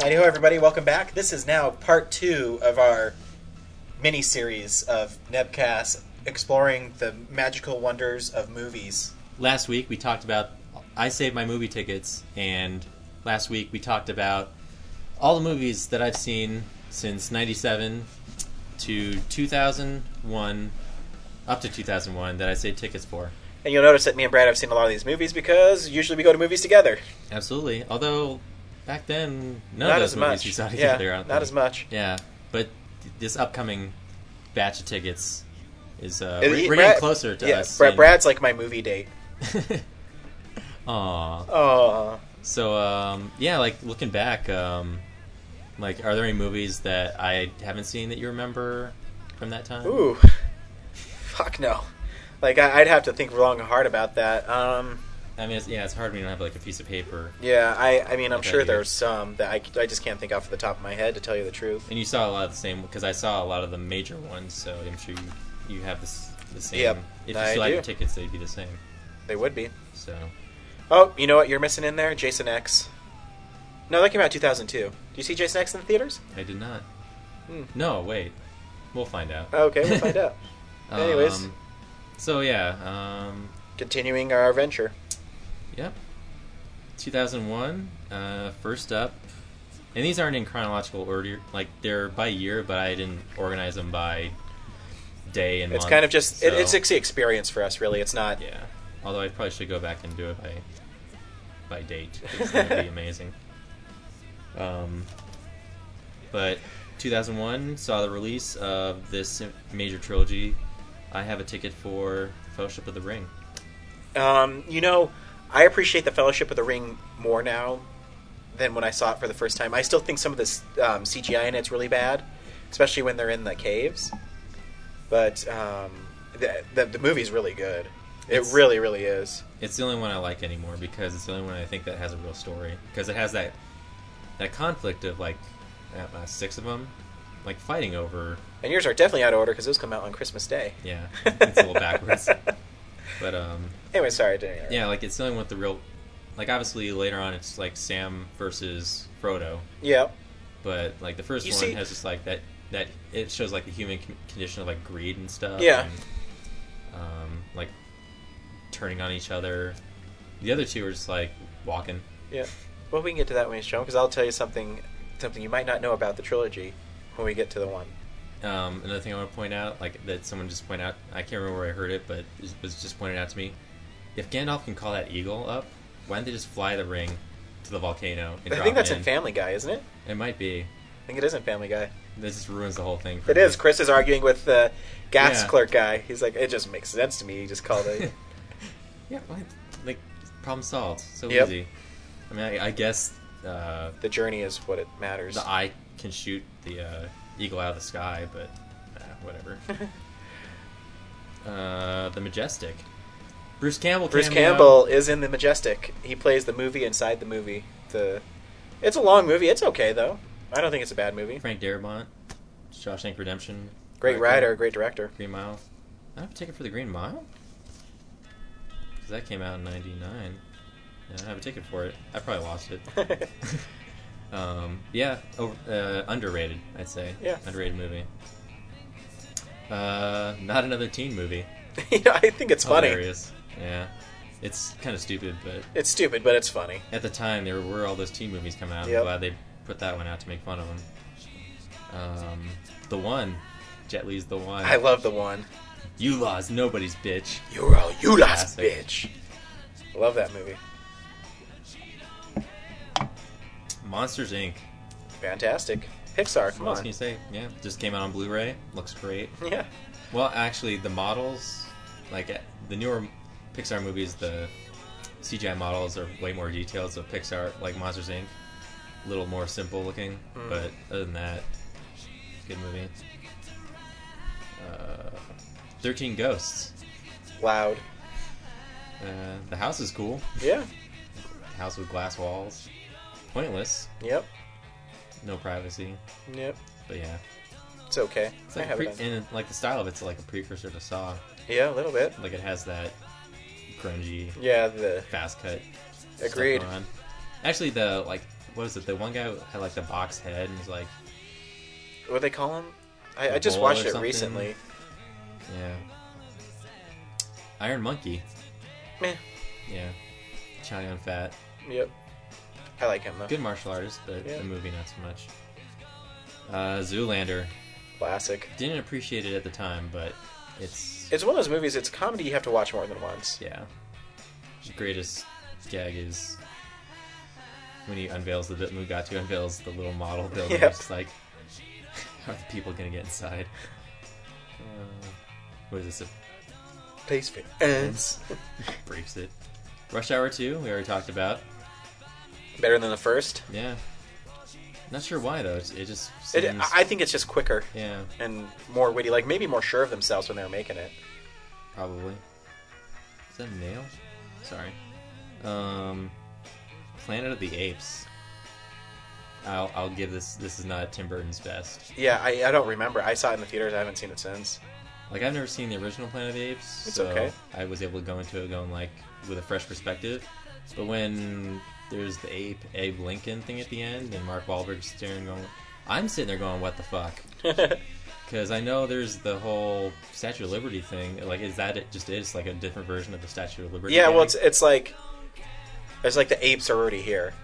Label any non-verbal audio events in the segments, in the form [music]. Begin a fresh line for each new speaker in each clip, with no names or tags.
Hey ho, everybody, welcome back. This is now part two of our mini series of Nebcast exploring the magical wonders of movies.
last week we talked about I saved my movie tickets, and last week we talked about all the movies that I've seen since '97 to 2001, up to 2001 that I saved tickets for.
And you'll notice that me and Brad have seen a lot of these movies because usually we go to movies together.
Absolutely. Although back then, none
not
of those
as
movies
much.
we saw
yeah,
together.
not as much.
Yeah, but th- this upcoming batch of tickets is uh,
Uh,
we're,
he-
we're
Brad-
getting closer to
yeah,
us.
Brad,
and-
Brad's like my movie date.
[laughs] Aw.
Oh,
So um, yeah, like looking back, um, like are there any movies that I haven't seen that you remember from that time?
ooh, fuck no. Like I, I'd have to think long and hard about that. Um,
I mean, it's, yeah, it's hard when you don't have like a piece of paper.
yeah, I, I mean, I'm
Okay,
sure
yeah.
there's some that I, I just can't think off the top of my head to tell you the truth.
And you saw a lot of the same because I saw a lot of the major ones, so I'm sure you, you have this the same.
Yep,
if you
I
still had your
do.
tickets, they'd be the same.
They would be.
So
Oh, you know what you're missing in there? Jason X. No, that came out in 2002. Do you see Jason X in the theaters?
I did not.
Hmm.
No, wait, we'll find out.
Oh, Okay, we'll find out. Anyways.
[laughs] Um, so yeah, um,
[laughs] Continuing our adventure.
Yep. 2001. Uh, first up, and these aren't in chronological order. Like they're by year, but I didn't organize them by day and.
It's
month,
kind of just it,
so-
it's it's the experience for us, really. It's not.
yeah. Although I probably should go back and do it by by date. It's
[laughs]
gonna be amazing. Um, but 2001 saw the release of this major trilogy. I have a ticket for Fellowship of the Ring.
Um, you know, I appreciate the Fellowship of the Ring more now than when I saw it for the first time. I still think some of this um, CGI in it's really bad, especially when they're in the caves. But um, the, the the movie's really good. It
It's-
really, really is.
It's the only one I like anymore because it's the only one I think that has a real story. Because it has that that conflict of like uh, uh, six of them, like fighting over.
And yours are definitely out of order because those come out on Christmas Day.
Yeah, it's a little backwards. But um,
[laughs] Anyway, sorry, I didn't interrupt.
yeah, like it's the only one with the real. Like obviously later on, it's like Sam versus Frodo,
Yeah.
but like the first
You
one
see-
has just like that that it shows like the human con- condition of like greed and stuff.
Yeah.
and, um, like turning on each other. The other two are just like walking.
Yeah. Well, we can get to that when it's shown because I'll tell you something something you might not know about the trilogy when we get to the one.
Um, another thing I want to point out, like that someone just pointed out, I can't remember where I heard it, but it was just pointed out to me. If Gandalf can call that eagle up, why don't they just fly the ring to the volcano? And
I
drop
think that's
it
in Family Guy, isn't it?
It might be.
I think it is in Family Guy.
This just ruins the whole thing. For
It
me.
is. Chris is arguing with the gas
Yeah.
clerk guy. He's like, it just makes sense to me. He just called
[laughs]
it.
yeah, why- like problem solved. So
Yep.
easy. I mean, I, I guess uh,
the journey is what it matters.
the eye can shoot the uh, eagle out of the sky, but uh,
[laughs]
whatever. uh, the majestic. Bruce Campbell.
Bruce
cameo.
Campbell is in the Majestic. He plays the movie inside the movie. The it's a long movie. It's okay though. I don't think it's a bad movie.
Frank Darabont, Shawshank Redemption.
Great
Rocket,
writer, great director. [laughs]
Green Mile. I don't have a ticket for the Green Mile? Because that came out in 99. Yeah, I don't have a ticket for it. I probably lost it.
[laughs]
um, yeah, over, uh, underrated, I'd say.
Yeah.
Underrated movie. Uh, not another teen movie.
you know, I think it's funny.
Hilarious. Yeah. It's kind of stupid, but
It's stupid, but it's funny.
at the time there were all those teen movies coming out.
Yep.
I'm glad they put that one out to make fun of them. Um, the one, Jet Li's the one.
I love the one.
you lost nobody's bitch.
You're all you last
Classic.
bitch. I love that movie.
Monsters Inc.
Fantastic. Pixar, come
What else can
on.
you say? Yeah, just came out on Blu-ray. Looks great.
Yeah.
Well, actually, the models, like eh, the newer Pixar movies, the CGI models are way more detailed. So Pixar, like Monsters Inc., a little more simple looking.
Mm.
But other than that, good movie. Uh, Thirteen Ghosts.
Loud.
Uh, the house is cool.
Yeah.
House with glass walls. Pointless.
Yep.
No privacy.
Yep.
But yeah,
It's okay.
it's
I
like a
have
pre-
it. on.
and like the style of it's like a precursor to Saw.
Yeah, a little bit.
Like it has that grungy
Yeah, the
fast cut. stuff
agreed.
going on. Actually, the like what is it? The one guy had like the box head and he's like,
What do they call him? I, I
A
just
bull
watched
or
it
something?
recently.
yeah, Iron Monkey,
Meh.
yeah, Chow Yun Fat,
Yep. I like him though.
good martial artist, but
Yeah.
the movie not so much. Uh, Zoolander,
Classic.
didn't appreciate it at the time, but it's
It's one of those movies. It's a comedy you have to watch more than once.
yeah. The greatest gag is when he unveils the Mugatu unveils the
[laughs]
little model building.
Yeah.
It's just like, [laughs] how are the people gonna get inside? Uh, what is this?
Place for ants.
It briefs it. Rush Hour Two, we already talked about.
[laughs] Better than the first.
Yeah. Not sure why though. It's, it just seems,
It, I I think it's just quicker
yeah,
and more witty. Like maybe more sure of themselves when they were making it.
probably. Is that a nail? Sorry. Um, Planet of the Apes. I'll I'll give this. This is not Tim Burton's best.
Yeah, I, I don't remember. I saw it in the theaters. I haven't seen it since.
Like I've never seen the original Planet of the Apes,
It's
so
okay.
I was able to go into it going like with a fresh perspective. But when there's the ape Abe Lincoln thing at the end and Mark Wahlberg's staring going, I'm sitting there going, what the fuck?
[laughs]
Because I know there's the whole Statue of Liberty thing. Like, is that it? Just is It's like a different version of the Statue of Liberty.
Yeah, well,
gag?
it's it's like it's like the apes are already here,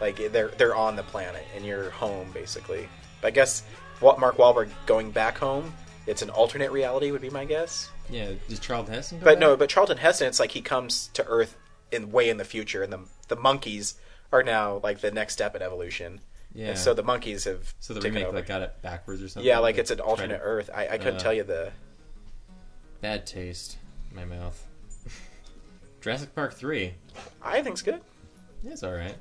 like they're they're on the planet and you're home basically. But I guess what Mark Wahlberg going back home, it's an alternate reality would be my guess.
yeah. Does Charlton Heston? Go
But no,
back?
but Charlton Heston, it's like he comes to Earth in way in the future, and the the monkeys are now like the next step in evolution.
Yeah.
And so the monkeys have
so the
taken
remake
over.
like got it backwards or something.
yeah, like
They
it's an
tried
alternate
to-
Earth. I, I couldn't
Uh,
tell you the
Bad taste in my mouth. [laughs] Jurassic Park three.
I think's good.
It's all right.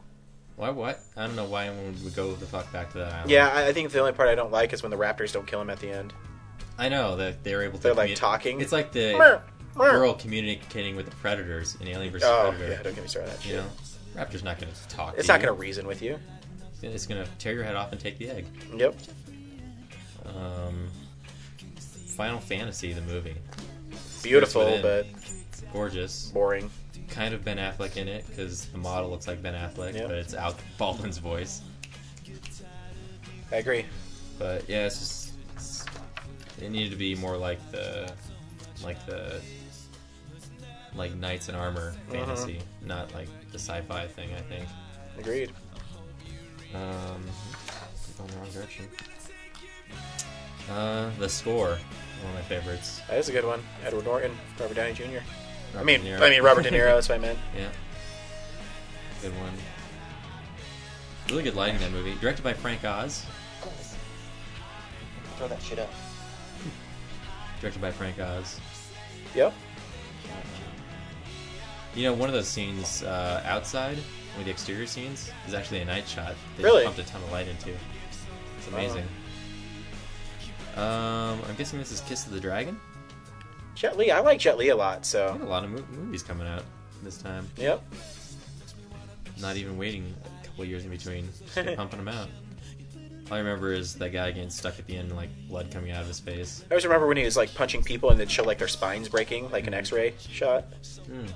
Why? What? I don't know why anyone would go the fuck back to that island.
Yeah, I, I think the only part I don't like is when the raptors don't kill him at the end.
I know that they were able to.
They're, like,
commu-
talking.
It's like the
Meow, meow.
girl communicating with the predators in Alien vs
Oh
Predator.
yeah, don't get me started on that
You
shit.
know, Raptor's not gonna talk.
It's
to
not
you.
going to reason with you.
It's gonna tear your head off and take the egg.
Yep.
Um, Final Fantasy, the movie,
Beautiful,
Within.
but
gorgeous.
boring.
Kind of Ben Affleck in it because the model looks like Ben Affleck,
Yeah.
but it's Al Baldwin's voice.
I agree.
But yeah, it's just it's, it needed to be more like the like the like knights in armor
Uh-huh.
fantasy, not like the sci-fi thing. I think.
Agreed.
Um, going the wrong direction. Uh, the score, one of my favorites.
That is a good one. Edward Norton, Robert Downey Jr. I
Robert
mean,
De Niro.
I mean Robert De Niro. That's what I meant.
[laughs] Yeah. Good one. Really good lighting in that movie. Directed by Frank Oz.
Throw that shit up.
Directed by Frank Oz.
Yep.
You know, one of those scenes uh, outside, one of the exterior scenes, is actually a night shot. They
Really?
pumped a ton of light into. It's amazing. Um, I'm guessing this is Kiss of the Dragon.
Jet Li. I like Jet Li a lot.
We had
So.
a lot of mo- movies coming out this time.
Yep.
Not even waiting a couple years in between. Just kept pumping them out. All I remember is that guy getting stuck at the end, and, like blood coming out of his face.
I always remember when he was like punching people and they'd show like their spines breaking, like an X-ray shot.
Mm.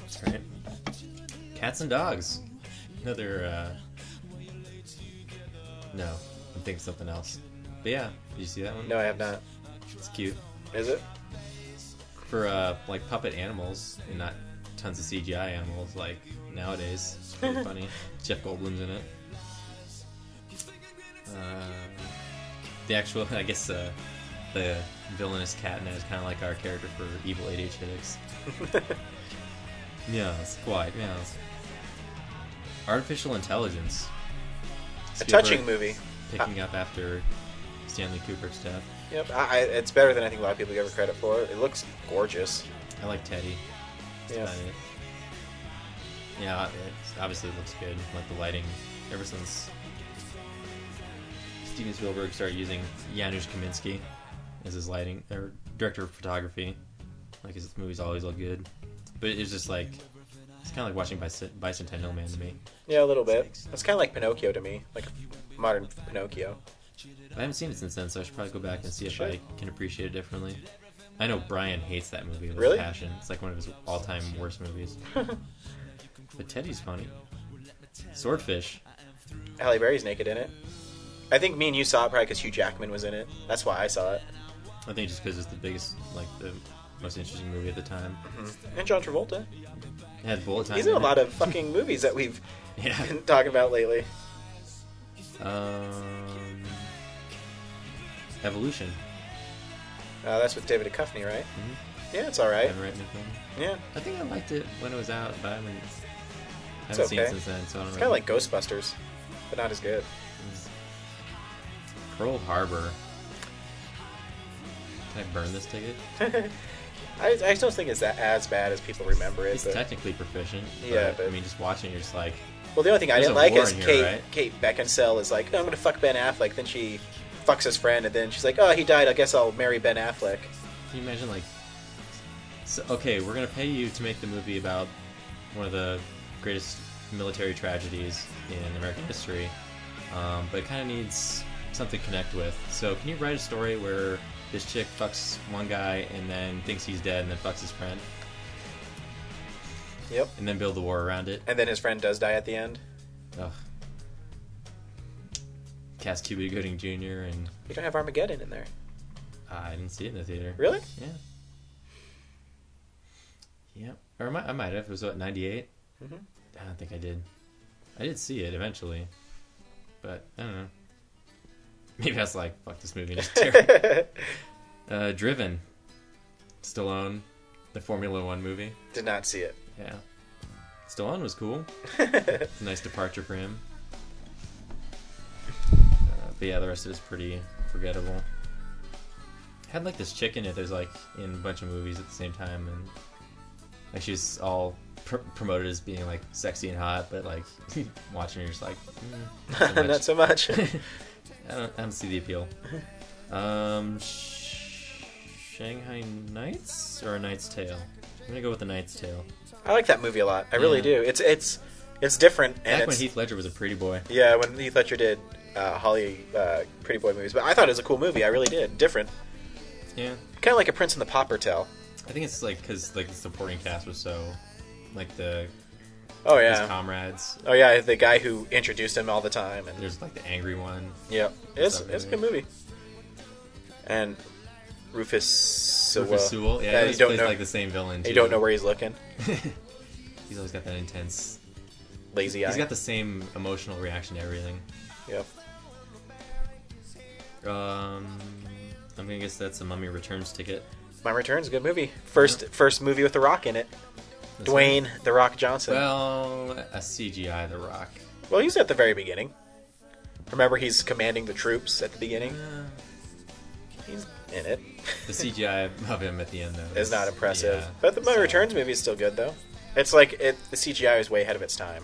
That's great. Cats and dogs. Another. Uh... No, I'm thinking something else. But yeah, did you see that one?
No, I have not.
it's cute
Is it?
for uh, like puppet animals and not tons of CGI animals like nowadays.
[laughs]
It's pretty funny. Jeff Goldblum's in it. Uh, the actual, [laughs] I guess, uh, the villainous cat in it is kind of like our character for Evil
[laughs]
ADHDics. meows, quiet meows. Artificial intelligence.
A
Spielberg
touching movie.
Picking up after Stanley Cooper stuff.
Yep. I, I, it's better than I think a lot of people give it credit for. It looks gorgeous.
I like Teddy.
Yeah.
about it. Yeah, it's obviously it looks good. Like the lighting, ever since Steven Spielberg started using Janusz Kaminski as his lighting or director of photography, like his movies always look good. But it's just like it's kind of like watching Bice- Bicentennial Man to me.
Yeah, a little bit. It's kind of like Pinocchio to me, like modern Pinocchio.
I haven't seen it since then, so I should probably go back and see if
Sure.
I can appreciate it differently. I know Brian hates that movie with
Really?
his
[laughs]
passion. It's like one of his all-time worst movies. but Teddy's funny. Swordfish.
Halle Berry's naked in it. I think me and you saw it probably because Hugh Jackman was in it. That's why I saw it.
I think just because it's the biggest, like the most interesting movie at the time.
And John Travolta.
It has bullet time.
Mm-hmm. He's in a
it.
lot of fucking movies that we've
[laughs] yeah.
been talking about lately.
Um, Evolution. Mm-hmm.
Uh, that's with David Duchovny, right? Yeah, it's all right.
Haven't written a film.
Yeah,
I think I liked it when it was out, but I haven't, I
It's
haven't seen it
okay.
since then. So I don't
it's
know.
kind of like Ghostbusters, but not as good.
Pearl Harbor. Can I burn this ticket?
I, I still think it's that as bad as people remember it.
He's
but-
technically proficient.
Yeah,
but,
but-
I mean, just watching, you're just like,
Well, the only thing I
There's
didn't
a
like
war
is
in here,
Kate,
right?
Kate Beckinsale is like, "Oh, I'm going to fuck Ben Affleck. Then she fucks his friend, and then she's like, oh, he died. I guess I'll marry Ben Affleck.
can you imagine like, so, okay, we're gonna pay you to make the movie about one of the greatest military tragedies in American history, um, but it kind of needs something to connect with. So can you write a story where this chick fucks one guy and then thinks he's dead and then fucks his friend
Yep.
and then build the war around it?
And then his friend does die at the end.
Ugh. Cast Cuba Gooding Jr. and
You don't have Armageddon in there.
Ah, I didn't see it in the theater.
Really?
Yeah. Yep. Or I might, I might have. It was what ninety
Mhm.
I don't think I did. I did see it eventually, but I don't know. Maybe I was like, "Fuck this movie." It's terrible. uh, Driven. Stallone, the Formula One movie.
Did not see it.
Yeah. Stallone was cool. it's a nice departure for him. Uh, but yeah, the rest of it's pretty forgettable. Had like this chick in it. There's like in a bunch of movies at the same time, and like she's all pr- promoted as being like sexy and hot, but like [laughs] watching her, you're just like, mm, not so
[laughs]
much.
not so much.
[laughs] I don't, I don't see the appeal. Um, sh- Shanghai Knights or A Knight's Tale? I'm gonna go with The Knight's Tale.
I like that movie a lot. I really
Yeah.
do. It's it's it's different. And
Back when
it's,
Heath Ledger was a pretty boy.
yeah, when Heath Ledger did uh, Holly uh, Pretty Boy movies, but I thought it was a cool movie. I really did. Different,
Yeah,
kind of like a Prince and the Pauper tale.
I think it's like because like the supporting cast was so, like the
Oh
his
yeah,
comrades.
oh yeah, the guy who introduced him all the time, and
There's like the angry one.
yeah, it's
that
it's a good movie. And Rufus Sewell.
Rufus Sewell. Yeah,
that
he
you
always
don't
plays
know.
like the same villain.
you
too.
don't know where he's looking.
[laughs] He's always got that intense.
Lazy eye.
He's got the same emotional reaction to everything.
Yep.
Um, I'm gonna guess that's a Mummy Returns ticket.
My Return's a good movie. First first movie with The Rock in it.
That's
Dwayne The Rock Johnson.
Well, a CGI The Rock.
Well, he's at the very beginning. Remember, he's commanding the troops at the beginning.
Uh,
He's in it. [laughs]
the CGI of him at the end though
It's not impressive.
yeah,
but the Money
so,
Returns movie is still good, though. It's like it, the CGI is way ahead of its time.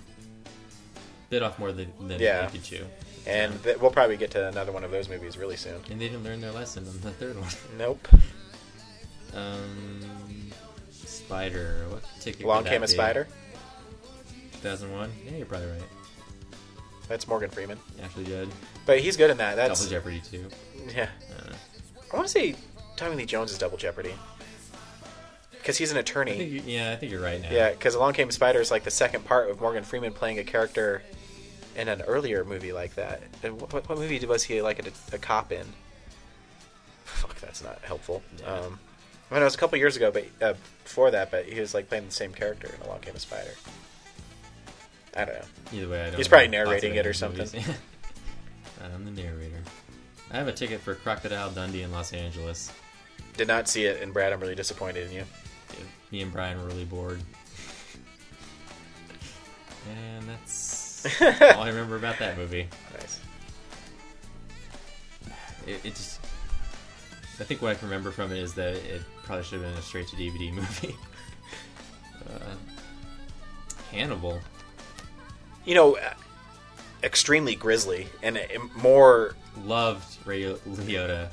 bit off more than than
Yeah.
they could chew,
And th- we'll probably get to another one of those movies really soon.
and they didn't learn their lesson on the third one. [laughs]
Nope.
Um, spider. What ticket?
Long
could
Came a
that be?
Spider.
2001. Yeah, you're probably right.
That's Morgan Freeman.
Ashley Judd.
But he's good in that.
Double
That's.
Jeopardy too.
Yeah.
Uh,
I want to say Tommy Lee Jones is Double Jeopardy. Because he's an attorney.
I think you, yeah, I think you're right now.
Yeah, because Along Came a Spider is like the second part of Morgan Freeman playing a character in an earlier movie like that. And what, what movie was he like a, a cop in? [laughs] Fuck, that's not helpful.
Yeah.
Um, I mean, it was a couple years ago, but uh, before that, but he was like playing the same character in Along Came a Spider. I don't know.
Either way, I don't.
He's
know.
probably
Lots of
narrating it or
English movies.
something.
[laughs] I'm the narrator. I have a ticket for Crocodile Dundee in Los Angeles.
Did not see it, and Brad, I'm really disappointed in you.
Yeah, Me and Brian were really bored. [laughs]
[laughs]
And that's all I remember about that movie.
Nice.
It, it just. I think what I can remember from it is that it probably should have been a straight to DVD [laughs] movie. uh, Hannibal.
You know, uh, extremely grisly and uh, more.
Loved Ray Liotta's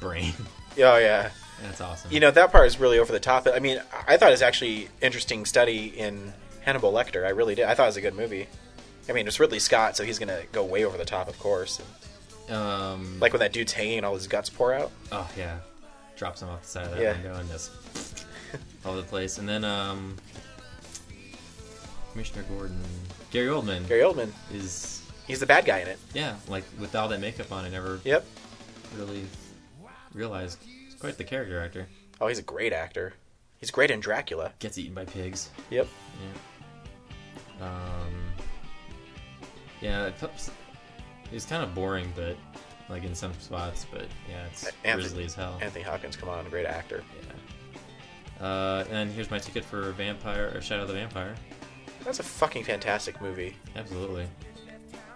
brain. [laughs]
Oh yeah.
That's awesome.
You know, that part is really over the top. I mean, I thought it was actually interesting study in Hannibal Lecter. I really did. I thought it was a good movie. I mean, it's Ridley Scott, so he's going to go way over the top, of course.
um,
Like when that dude's hanging and all his guts pour out.
oh yeah, drops him off the side of that
Yeah.
window and just all over the place. And then um, Commissioner Gordon. Gary Oldman
Gary Oldman.
is
He's the bad guy in it.
yeah, like with all that makeup on, I never
Yep.
really realized he's quite the character actor.
Oh, he's a great actor. He's great in Dracula.
Gets eaten by pigs.
Yep.
Yeah. Um. Yeah, it felt- it's kind of boring, but like in some spots, but yeah, it's
Anthony-
grisly as hell.
Anthony Hopkins, come on, great actor.
Yeah. Uh, and here's my ticket for Vampire or Shadow of the Vampire.
That's a fucking fantastic movie.
Absolutely.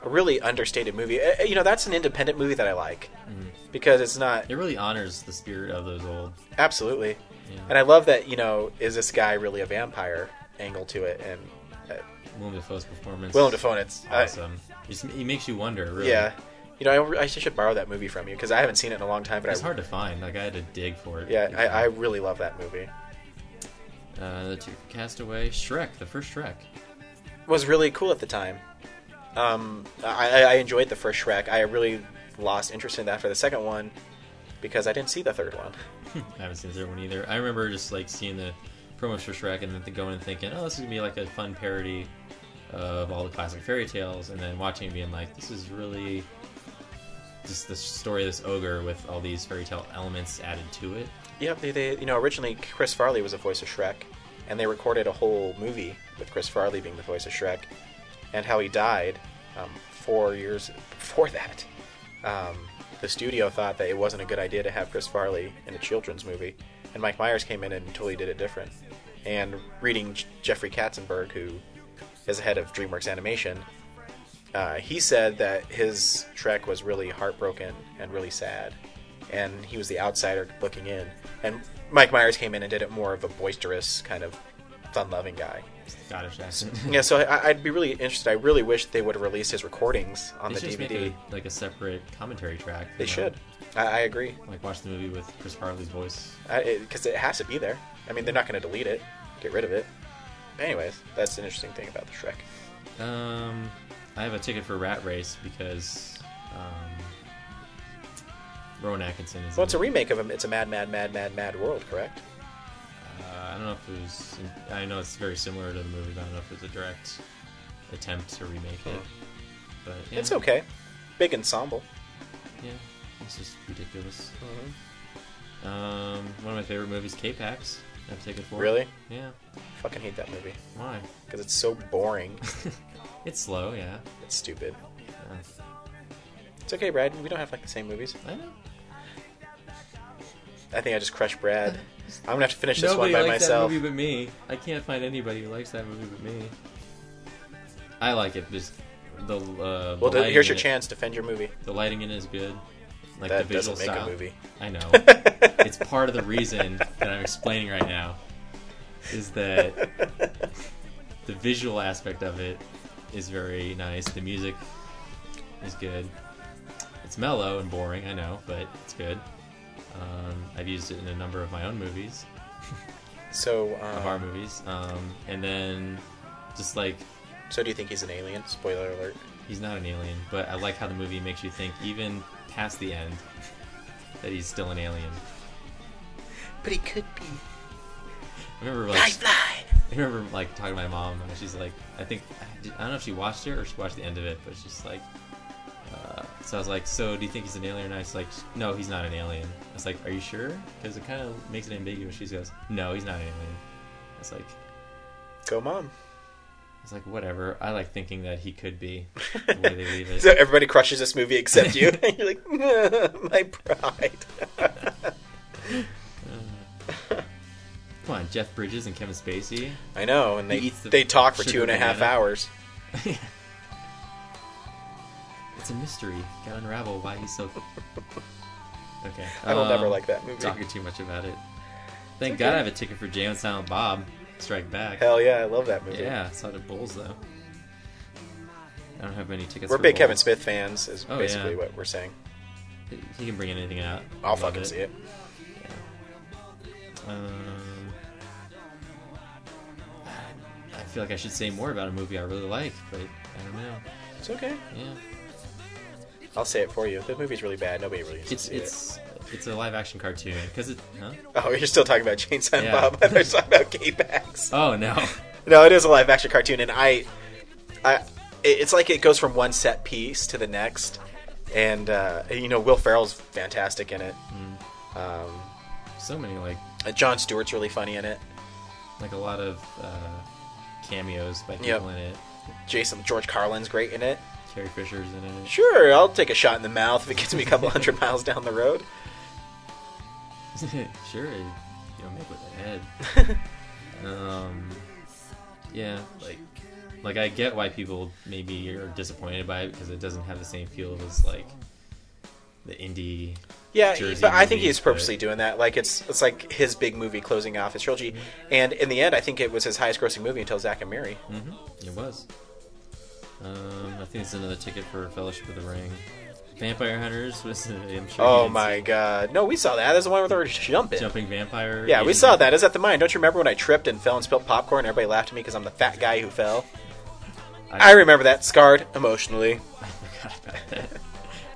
A really understated movie. Uh, uh, You know, that's an independent movie that I like
Mm-hmm.
because it's not
It really honors the spirit of those old.
absolutely.
Yeah.
And I love that. You know, is this guy really a vampire? Angle to it, and uh,
Willem Dafoe's performance.
Willem Dafoe. and It's uh,
Awesome. He's- he makes you wonder. Really.
Yeah. You know, I, I should borrow that movie from you because I haven't seen it in a long time. But
It's
I,
hard to find. Like I had to dig for it.
yeah, I, I really love that movie.
Uh, the two Castaway, Shrek, the first Shrek.
was really cool at the time. Um, I, I- I enjoyed the first Shrek. I really lost interest in that for the second one because I didn't see the third one. [laughs]
I haven't seen the third one either. I remember just like seeing the promos for Shrek and then going and thinking, oh, this is gonna be like a fun parody of all the classic fairy tales, and then watching it being like, this is really just the story of this ogre with all these fairy tale elements added to it.
Yep, they, they you know originally Chris Farley was the voice of Shrek, and they recorded a whole movie with Chris Farley being the voice of Shrek, and how he died um, four years before [laughs] that. Um, the studio thought that it wasn't a good idea to have Chris Farley in a children's movie, and Mike Myers came in and totally did it different. And reading J- Jeffrey Katzenberg, who is the head of DreamWorks Animation, uh, he said that his Shrek was really heartbroken and really sad, and he was the outsider looking in. And Mike Myers came in and did it more of a boisterous kind of fun-loving guy.
Scottish [laughs] accent.
Yeah, so I, I'd be really interested. I really wish they would have released his recordings on
they
the
should just
DVD.
make a, like a separate commentary track.
They
you know?
should. I, I agree
Like watch the movie with Chris Farley's voice.
because it, has to be there. I mean, they're not going to delete it, get rid of it. But anyways, that's an interesting thing about the Shrek.
Um, I have a ticket for Rat Race because um, Rowan Atkinson is.
Well, it's a
in it.
remake of him. It's a Mad, Mad, Mad, Mad, Mad World, correct?
Uh, I don't know if it was. I know it's very similar to the movie, but I don't know if it's a direct attempt to remake it. But yeah,
It's okay. Big ensemble.
Yeah, it's just ridiculous.
Mm-hmm.
Um, one of my favorite movies, K-Pax. I have a ticket for.
Really?
Yeah.
Fucking hate that movie
Why?
because it's so
[laughs]
boring.
It's slow. Yeah. Uh,
it's stupid.
yeah.
It's okay, Brad. We don't have like the same movies.
I know.
I think I just crushed [laughs] Brad. I'm gonna have to finish this
Nobody
one by
likes
myself.
that movie but me. I can't find anybody who likes that movie but me. I like it. Just the uh, the
well, th-
lighting
here's your
in it-
chance. Defend your movie.
The lighting in it is good. Like
that
the visual
doesn't make
style.
a movie.
I know. it's part of the reason that I'm explaining right now is that the visual aspect of it is very nice. The music is good. It's mellow and boring, I know, but it's good. Um, I've used it in a number of my own movies,
So,
of our
um,
movies, um, and then just like
so do you think he's an alien? Spoiler alert.
he's not an alien, but I like how the movie makes you think even past the end that he's still an alien.
But he could be.
I remember like I remember like talking to my mom, and she's like, I think I don't know if she watched it or she watched the end of it, but she's like, uh, so I was like, so do you think he's an alien? And I was like, no, he's not an alien. I was like, are you sure? Because it kind of makes it ambiguous. She goes, no, he's not an alien. I was like,
Go, mom.
I was like, whatever. I like thinking that he could be the way
[laughs]
they leave it.
So everybody crushes this movie except
[laughs]
you. [laughs] and you're like, my pride.
Uh, Come on, Jeff Bridges and Kevin Spacey.
I know, and they
He eats the
they talk for
sugar
two and a half
banana.
hours.
[laughs] it's a mystery. Gotta unravel why he's so. [laughs] Okay.
I will never
um,
like that movie.
Talking too much about it. Thank God I have a ticket for Jay and Silent Bob. Strike back.
Hell yeah, I love that movie.
yeah, I saw the Bulls though. I don't have many tickets.
We're
for
big Kevin
Bulls.
Smith fans, is
Oh,
basically
yeah.
what we're saying.
He can bring anything out.
I'll
Love
fucking see it.
Um, I feel like I should say more about a movie I really like, but I don't know.
It's okay.
Yeah,
I'll say it for you. The movie's really bad. Nobody really
it's
needs to see
it's it's a live action cartoon because it. Huh?
it. [laughs] Oh, you're still talking about Jane Silent [laughs]
Yeah. [laughs] Uh,
Bob. I thought you were talking about gay backs.
Oh no.
No, it is a live action cartoon, and I I, it- it's like it goes from one set piece to the next, and uh, you know Will Ferrell's fantastic in it. Um,
So many like
uh, John Stewart's really funny in it.
like a lot of uh, cameos by people
Yep.
in it.
Jason George Carlin's great in it.
Carrie Fisher's in it.
Sure, I'll take a shot in the mouth if it gets me a
[laughs]
couple hundred miles down the road.
[laughs] sure, you don't make with a head. um, yeah, like, like I get why people maybe are disappointed by it because it doesn't have the same feel as like the indie.
Yeah,
Jersey
but I think
movies,
he's purposely
but-
doing that. Like it's it's like his big movie closing off his trilogy, and in the end, I think it was his highest grossing movie until Zack and Mary.
hmm It was. Um, I think it's another ticket for Fellowship of the Ring. Vampire Hunters was. uh, I'm sure you
Oh
didn't
my god! No, we saw that. That's the one where they're
see
jumping.
Jumping vampire.
Yeah, we
eating-
saw that. Is at the mine. Don't you remember when I tripped and fell and spilled popcorn? Everybody laughed at me because I'm the fat guy who fell. I remember that, scarred emotionally.
I forgot about that. [laughs]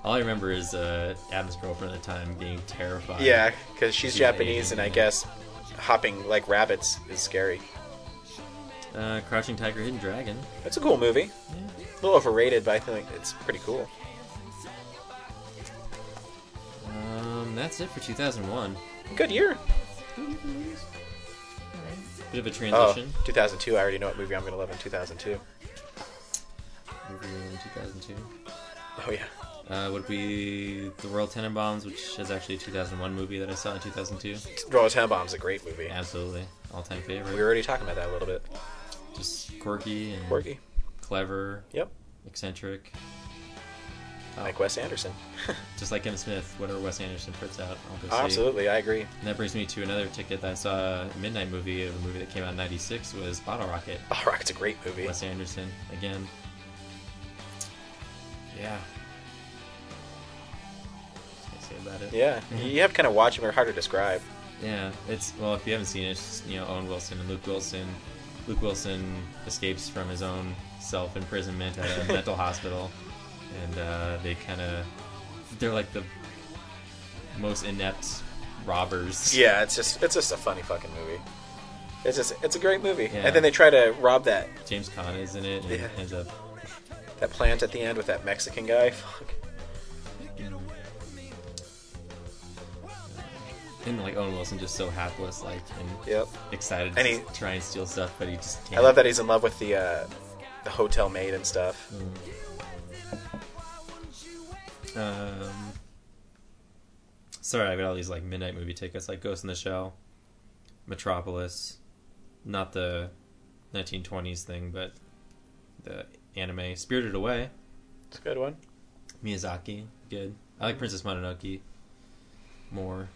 All I remember is uh, Adam's girlfriend at the time being terrified.
Yeah, because she's
She's
Japanese,
Asian,
and I
yeah.
guess hopping like rabbits is scary.
Uh, Crouching Tiger, Hidden Dragon.
It's a cool movie.
Yeah.
A little overrated, but I think it's pretty cool.
Um, that's it for 2001.
Good year.
Bit of a
Oh,
transition.
2002. I already know what movie I'm going to love in 2002.
Movie in 2002.
Oh, yeah.
Uh, would be The Royal Tenenbaums, which is actually a 2001 movie that I saw in 2002.
Royal Tenenbaums is a great movie.
Absolutely, all-time favorite.
We were already talking about that a little bit.
Just quirky and
Quirky.
clever,
Yep.
eccentric. Oh.
Like Wes Anderson.
Just like M. Smith, whatever Wes Anderson puts out, I'll go see.
Absolutely, I agree.
And that brings me to another ticket that I saw, a midnight movie of a movie that came out in 96, was Bottle Rocket.
Oh, Rocket's a great movie.
Wes Anderson, again. Yeah. That's what I say about it.
Yeah, you have to kind of watch them. They're hard to describe.
Yeah, it's well. If you haven't seen it, it's just, you know Owen Wilson and Luke Wilson. Luke Wilson escapes from his own self
[laughs]
imprisonment at a mental hospital, and uh, they kind of they're like the most inept robbers.
Yeah, it's just it's just a funny fucking movie. It's just it's a great movie.
Yeah.
And then they try to rob that
James Caan is in it, and
Yeah.
ends up.
that plant at the end with that Mexican guy. [laughs] Fuck.
And like Owen Wilson, just so hapless, like and
Yep.
excited
And
to
he-
try and steal stuff, but he just can't.
I love that he's in love with the uh, the hotel maid and stuff.
Um, sorry, I got all these like midnight movie tickets, like Ghost in the Shell, Metropolis, not the 1920s thing, but the anime Spirited Away,
It's a good one.
Miyazaki, good. I like Princess Mononoke more.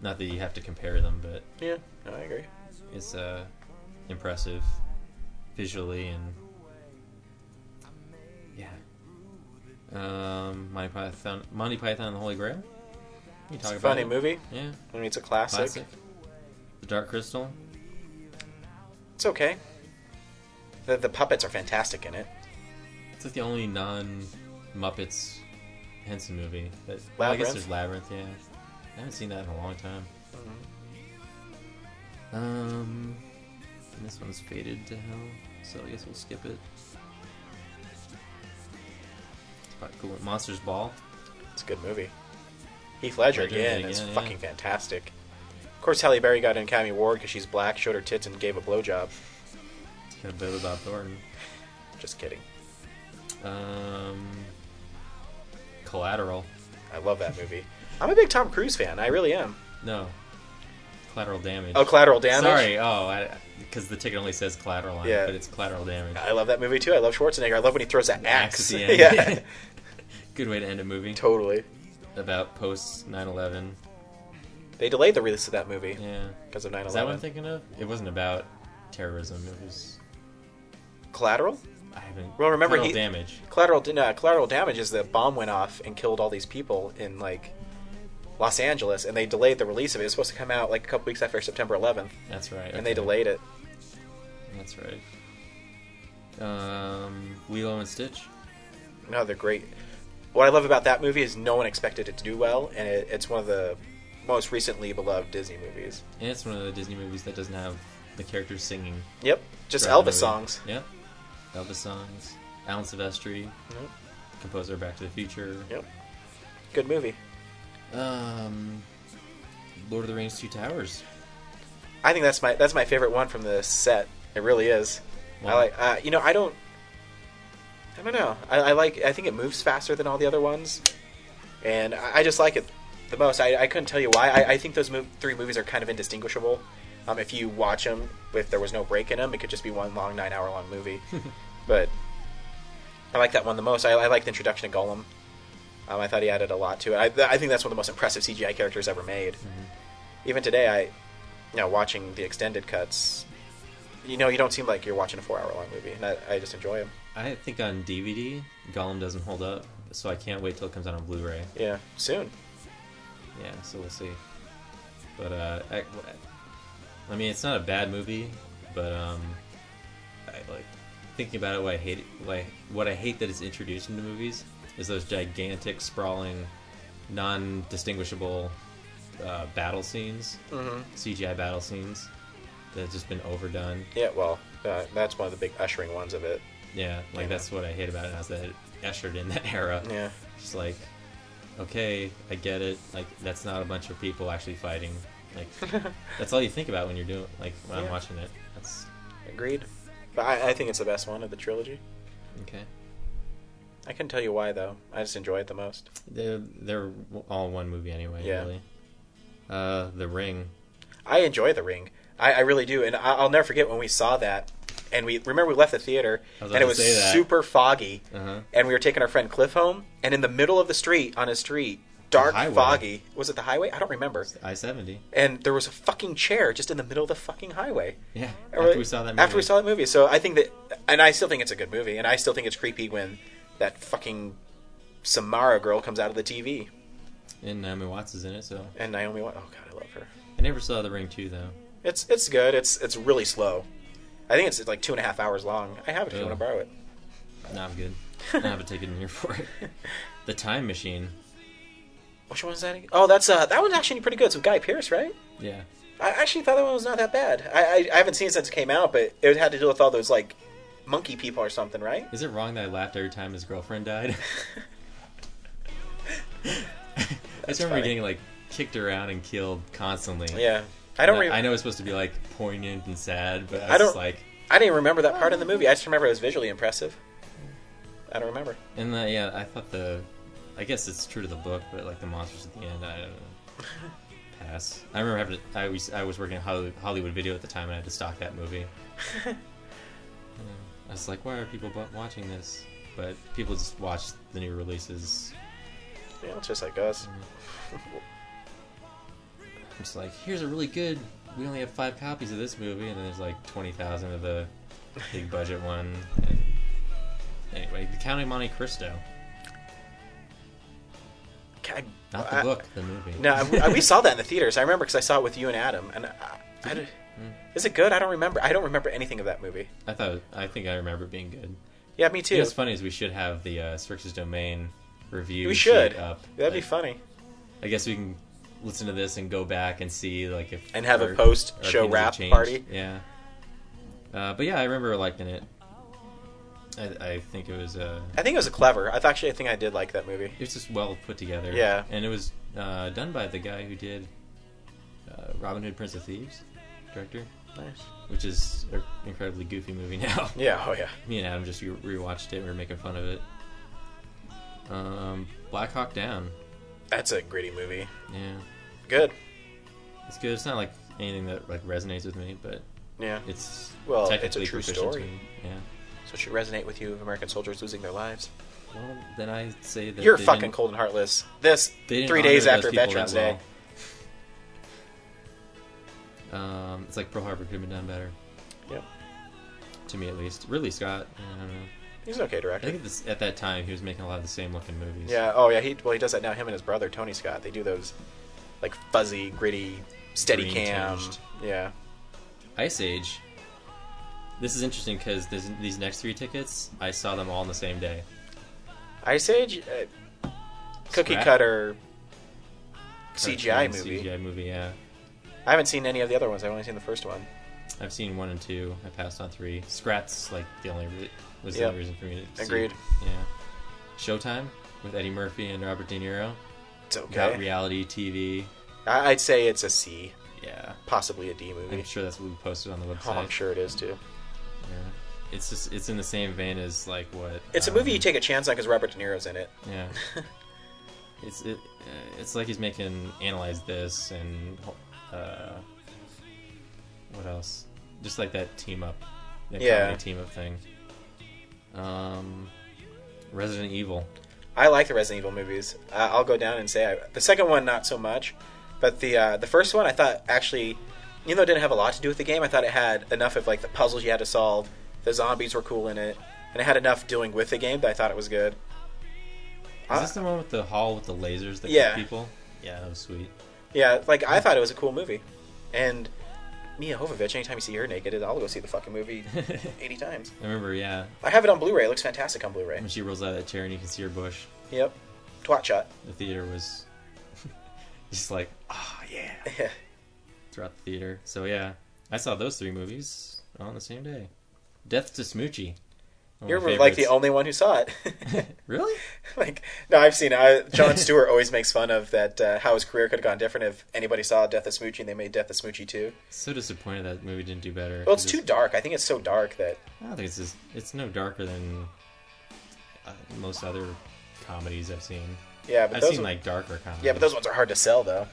Not that you have to compare them, but
Yeah, no, I agree.
it's uh, impressive visually and yeah. Um, Monty Python, Monty Python and the Holy Grail. You
It's
talk
a
about
funny
it.
movie.
Yeah,
I mean, it's a classic.
classic. The Dark Crystal.
It's okay. The, the puppets are fantastic in it.
It's like the only non Muppets Henson movie. That, well, I
Labyrinth?
guess there's Labyrinth. Yeah, I haven't seen that in a long time. Um, and this one's faded to hell, so I guess we'll skip it. It's quite cool. Monsters Ball.
It's a good movie. Heath Ledger,
Ledger
again,
again,
is
yeah.
fucking fantastic. Of course, Halle Berry got an Academy Award because she's black, showed her tits, and gave a blowjob.
It's got a bit of Bob Thornton.
Just kidding.
Um, Collateral.
I love that movie. I'm a big Tom Cruise fan. I really am.
No. Collateral Damage.
Oh, Collateral Damage.
Sorry. Oh, because the ticket only says collateral on
Yeah. Uh,
it, but it's collateral damage.
I love that movie too. I love Schwarzenegger. I love when he throws that axe.
Axe at the
[laughs]
end.
yeah,
[laughs] Good way to end a movie
totally.
about post 9/11.
They delayed the release of that movie
Yeah.
because of 9/11.
Is that what I'm thinking of? It wasn't about terrorism. It was
Collateral.
I haven't.
Well, remember he-
collateral damage.
Collateral, no, collateral damage is the bomb went off and killed all these people in like Los Angeles, and they delayed the release of it. It was supposed to come out like a couple weeks after September 11th,
That's right.
and they
okay.
delayed it.
That's right. Um, Lilo and Stitch.
No, they're great. What I love about that movie is no one expected it to do well, and it, it's one of the most recently beloved Disney movies.
And it's one of the Disney movies that doesn't have the characters singing.
Yep, just
throughout the
Elvis
movie.
songs.
Yeah. Elvis songs. Alan Silvestri,
Yep.
composer of Back to the Future.
Yep. Good movie.
Um, Lord of the Rings: Two Towers.
I think that's my that's my favorite one from the set. It really is. I
Wow.
like uh, you know I don't I don't know I, I like I think it moves faster than all the other ones, and I, I just like it the most. I, I couldn't tell you why. I, I think those mov- three movies are kind of indistinguishable. Um, if you watch them, if there was no break in them, it could just be one long nine hour long movie. but I like that one the most. I, I like the introduction to Gollum. Um, I thought he added a lot to it. I, th- I think that's one of the most impressive CGI characters ever made. Even today, I, you know, watching the extended cuts, you know, you don't seem like you're watching a four-hour-long movie, and I, I just enjoy them.
I think on DVD, Gollum doesn't hold up, so I can't wait till it comes out on Blu-ray.
Yeah, soon.
Yeah, so we'll see. But uh, I, I mean, it's not a bad movie, but um, I like thinking about it. What I hate, like what I hate that it's introduced into movies is those gigantic, sprawling, non-distinguishable uh, battle scenes,
hmm
CGI battle scenes that have just been overdone.
Yeah, well, uh, that's one of the big ushering ones of it.
Yeah, like
Yeah.
that's what I hate about it. Now, is that it ushered in that [laughs] era.
Yeah,
Just like, okay, I get it. Like that's not a bunch of people actually fighting.
[laughs]
Like that's all you think about when you're doing. Like when
Yeah.
I'm watching it. That's
agreed. But I, I think it's the best one of the trilogy.
okay.
I couldn't tell you why though. I just enjoy it the most.
They're they're all one movie anyway.
Yeah.
Really. Uh, The Ring.
I enjoy The Ring. I, I really do, and I, I'll never forget when we saw that. And we remember we left the theater,
I was
and it
about
was
to say that.
super foggy.
Uh huh.
and we were taking our friend Cliff home, and in the middle of the street, on his street, dark,
highway.
foggy. Was it the highway? I don't remember.
I seventy.
And there was a fucking chair just in the middle of the fucking highway.
Yeah.
Or-
After we saw that. Movie.
After we saw that movie. So I think that, and I still think it's a good movie, and I still think it's creepy when that fucking Samara girl comes out of the TV,
And Naomi Watts is in it, so
and Naomi. Wa- Oh god, I love her.
I never saw The Ring two though.
It's it's good. It's it's really slow. I think it's like two and a half hours long. I have it if you
Oh.
want to borrow it.
Nah, I'm good. I have a ticket in here
[laughs]
for it. The Time Machine.
Which one's that? again? Oh, that's uh, that one's actually pretty good. It's with Guy Pierce, right?
Yeah.
I actually thought that one was not that bad. I, I, I haven't seen it since it came out, but it had to do with all those like monkey people or something,
[laughs]
right?
Is it wrong that I laughed every time his girlfriend died? [laughs] I just remember
funny.
getting like kicked around and killed constantly.
Yeah, I don't.
And
Re-
I
I,
know it's supposed to be like poignant and sad, but I was
I don't-
just like,
didn't remember that part in the movie. I just remember it was visually impressive. I don't remember.
and the, yeah, I thought the, I guess it's true to the book, but like the monsters at the end, I don't
[laughs]
know. Pass. I remember having to, I was I was working at Hollywood, Hollywood Video at the time, and I had to stock that
[laughs]
movie. Yeah. I was like, why are people bu- watching this? But people just watch the new releases
Yeah, it's just like us.
It's like, here's a really good. We only have five copies of this movie, and then there's like twenty thousand of the
[laughs]
big budget one. And anyway, The Count of Monte Cristo,
God,
not the
I-
book, the movie.
No, I- we saw that in the theaters. I remember because I saw it with you and Adam. And I, I d-
Hmm.
is it good? I don't remember. I don't remember anything of that movie.
[laughs] I thought. I think I remember it being good.
Yeah, me too.
You know, what's funny is we should have the uh, Strix's Domain review.
we should.
sheet Up.
That'd be
Like,
funny.
I guess we can listen to this and go back and see like if
And have a
our-
post-show
our opinions have
wrap
changed.
party.
Yeah. Uh, but yeah, I remember liking it. I, I think it was. Uh,
I think it was clever. I th- actually I think I did like that movie.
It's just well put together.
Yeah.
And it was uh, done by the guy who did uh, Robin Hood, Prince of Thieves, director,
Nice.
which is an incredibly goofy movie [laughs] now.
Yeah. Oh yeah.
Me and Adam just re- rewatched it. We were making fun of it. Um, Black Hawk Down.
That's a gritty movie.
Yeah,
Good.
it's good. It's not like anything that like resonates with me, but
Yeah.
it's
Well, it's a
technically
true
proficient
story.
to me. Yeah.
So it should resonate with you of American soldiers losing their lives.
Well, then I say that
You're
they
fucking
didn't-
cold and heartless. This
They didn't
three days
honor
after
those people
Veterans Day.
that well. Um, it's like Pearl Harbor could have been done better.
Yep.
to me at least. Really, Scott. I don't know.
He's an okay
I
director.
think this, at that time he was making a lot of the same looking movies.
Yeah. Oh yeah. He well he does that now. Him and his brother Tony Scott. They do those like fuzzy, gritty, steady cam.
Green-tinged.
Yeah.
Ice Age. This is interesting because these next three tickets, I saw them all on the same day.
Ice Age, uh, cookie
Scrap?
cutter CGI
Cartoon,
movie.
CGI movie, yeah.
I haven't seen any of the other ones. I've only seen the first one.
I've seen one and two. I passed on three. Scrat's like the only re- was the
Yep.
only reason for me to. see
Agreed.
it. Yeah. Showtime with Eddie Murphy and Robert De Niro.
It's
Got
okay.
reality TV.
I- I'd say it's a C,
Yeah.
possibly a D
I'm
movie.
sure that's what we posted on the
Oh,
website.
I'm sure it is too.
Yeah. It's just it's in the same vein as like what.
It's a
um,
movie you take a chance on because Robert De Niro's in it. [laughs]
Yeah. it's it, uh, it's like he's making analyze this and uh, what else? Just like that team up, that
Yeah.
comedy team up thing. Um, Resident Evil.
I like the Resident Evil movies. I I'll go down and say I, the second one not so much, but the uh, the first one I thought actually, even though it didn't have a lot to do with the game, I thought it had enough of like the puzzles you had to solve, the zombies were cool in it, and it had enough doing with the game that I thought it was good.
Is
I-
this the one with the hall with the lasers that
Yeah.
kill people? Yeah, that was sweet.
yeah, like I thought it was a cool movie, and Mia Jovovich. Anytime you see her naked, I'll go see the fucking
[laughs]
movie eighty times.
I remember, yeah,
I have it on Blu-ray. It looks fantastic on Blu-ray.
when she rolls out of that chair and you can see her bush.
Yep, twat shot. [laughs]
The theater was [laughs] just like, ah, yeah, throughout the theater. So yeah, I saw those three movies on the same day. Death to Smoochie. One
You're
of my
like the
favorites.
only one who saw
[laughs]
it.
really?
[laughs] like no i've seen I,
[laughs]
john stewart always makes fun of that uh, how his career could have gone different if anybody saw death of smoochie and they made death of smoochie too
So disappointed that movie didn't do better.
well it's
'cause
too dark i think it's so dark that
I don't think it's just, it's no darker than uh, most other comedies I've seen.
yeah but
I've
those
seen
one-
like darker comedies.
yeah but those ones are hard to sell though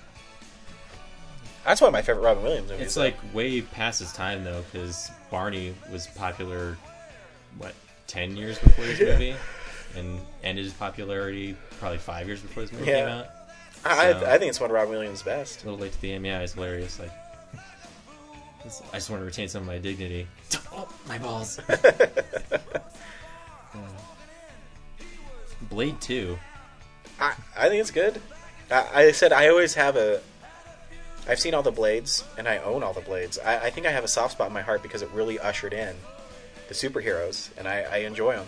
that's one of my favorite robin williams movies
It's
though.
like way past its time though, because Barney was popular, what, ten years
[laughs]
before this movie, and ended his popularity probably five years before this movie came
Yeah.
out.
I,
so-
I, I think it's one of robin williams best
A little late to the game. Yeah, it's hilarious. Like, it's- I just want to retain some of my dignity. [laughs] Oh,
[laughs]
my balls. Blade Two.
I, I think it's good I, I said i always have a i've seen all the blades and i own all the blades I, I think i have a soft spot in my heart because it really ushered in the superheroes and i, I enjoy them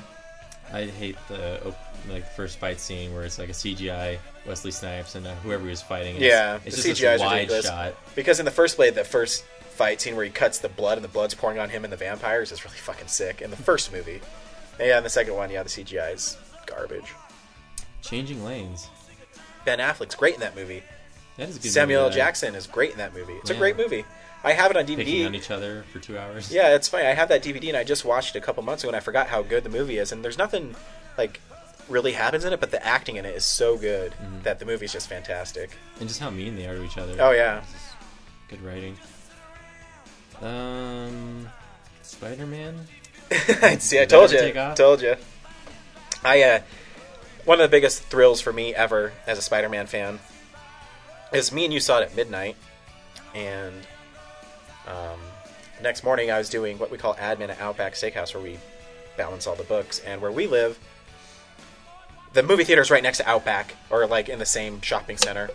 I hate the op- like the first fight scene where it's like a CGI Wesley Snipes and uh, whoever he was fighting. and
Yeah,
it's, it's
the
just
CGI
this
is
wide
ridiculous.
shot.
Because in the first Blade, the first fight scene where he cuts the blood and the blood's pouring on him and the vampires is really fucking sick. In the first movie, And yeah, in the second one, yeah, the CGI is garbage.
Changing lanes.
Ben Affleck's great in that movie.
That is a good.
Samuel L.
movie, though.
Jackson is great in that movie. It's a
Yeah.
great movie. I have it on
picking on
DVD.
each other for two hours.
Yeah, it's funny. I have that DVD and I just watched it a couple months ago and I forgot how good the movie is. And there's nothing like really happens in it, but the acting in it is so good
Mm-hmm.
that the movie's just fantastic.
and just how mean they are to each other.
Oh yeah,
Good writing. Um, Spider Man.
[laughs] See, I
Did that
told
ever
you.
take off?
Told you. I uh, one of the biggest thrills for me ever as a Spider-Man fan is me and you saw it at midnight, and um, the next morning I was doing what we call admin at Outback Steakhouse, where we balance all the books, and where we live, the movie theater is right next to Outback, or like in the same shopping center.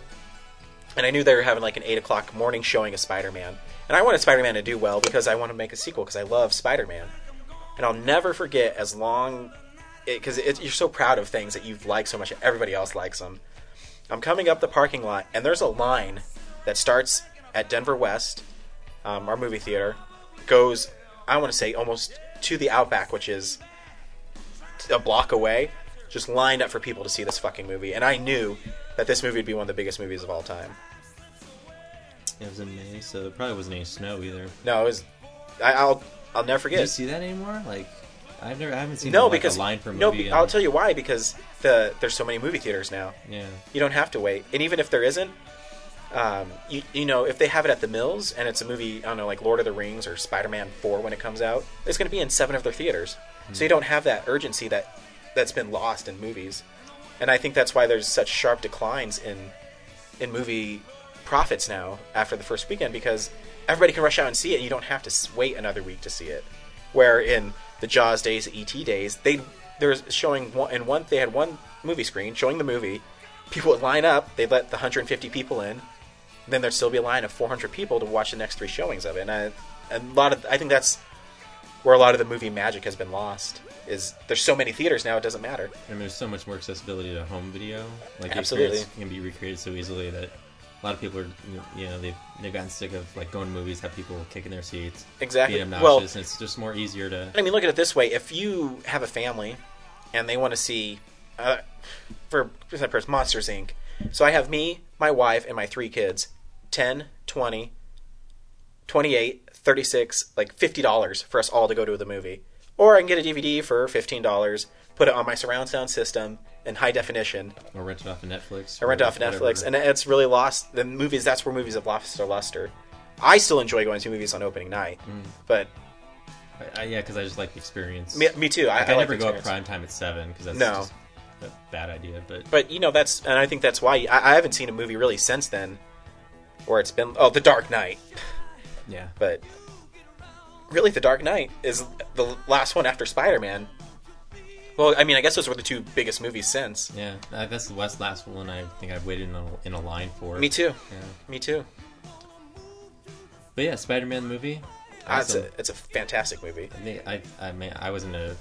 And I knew they were having like an eight o'clock morning showing of Spider-Man, and I wanted Spider-Man to do well because I want to make a sequel because I love Spider-Man and I'll never forget as long because it, you're so proud of things that you've liked so much and everybody else likes them. I'm coming up the parking lot and there's a line that starts at Denver West, um, our movie theater, goes I want to say almost to the Outback, which is a block away, just lined up for people to see this fucking movie, and I knew that this movie would be one of the biggest movies of all time.
It was in May, so there probably wasn't any snow either.
No, it was I, I'll I'll never forget.
Do you see that anymore? Like, I've never, I haven't seen
no,
like,
because
a line for a
no,
movie.
be- I'll tell you why because the there's so many movie theaters now.
Yeah,
You don't have to wait. And even if there isn't, um, you, you know, if they have it at the Mills and it's a movie, I don't know, like Lord of the Rings or Spider Man 4 when it comes out, it's going to be in seven of their theaters.
Hmm.
So you don't have that urgency that that's been lost in movies. And I think that's why there's such sharp declines in in movie profits now after the first weekend because everybody can rush out and see it and you don't have to s- wait another week to see it where in the jaws days the et days they there's showing one in one they had one movie screen showing the movie people would line up they'd let the 150 people in then there'd still be a line of 400 people to watch the next three showings of it and I, a lot of i think that's where a lot of the movie magic has been lost is there's so many theaters now it doesn't matter
and there's so much more accessibility to home video. Like, the
Absolutely.
experience can be recreated so easily that a lot of people are, you know, they've they've gotten sick of like going to movies, have people kicking their seats,
Exactly.
being obnoxious.
Well-
and it's just more easier to.
I mean, look at it this way: if you have a family and they want to see, uh, for what's that person, Monsters Inc. So I have me, my wife, and my three kids: 10, 20, 28, 36, like fifty dollars for us all to go to the movie. Or I can get a DVD for fifteen dollars, put it on my surround sound system in high definition.
Or rent it off of Netflix.
I rent it off
whatever.
Netflix, and it's really lost the movies. That's where movies have lost their luster. I still enjoy going to movies on opening night,
Mm.
but
I, I, yeah, because I just like the experience.
me, me too. I,
Like,
I
I,
like
never
the
go at
experience.
prime time at seven because that's
No.
just a bad idea. But
But you know that's, and I think that's why I, I haven't seen a movie really since then, where it's been oh, The Dark Knight.
yeah,
But really, The Dark Knight is the last one after Spider Man. Well, I mean, I guess those were the two biggest movies since.
yeah, uh, that's the last last one I think I've waited in a, in a line for.
Me too.
Yeah.
Me too.
But yeah, Spider Man movie.
Ah, it's
awesome.
a it's a fantastic movie.
I think I I mean I wasn't a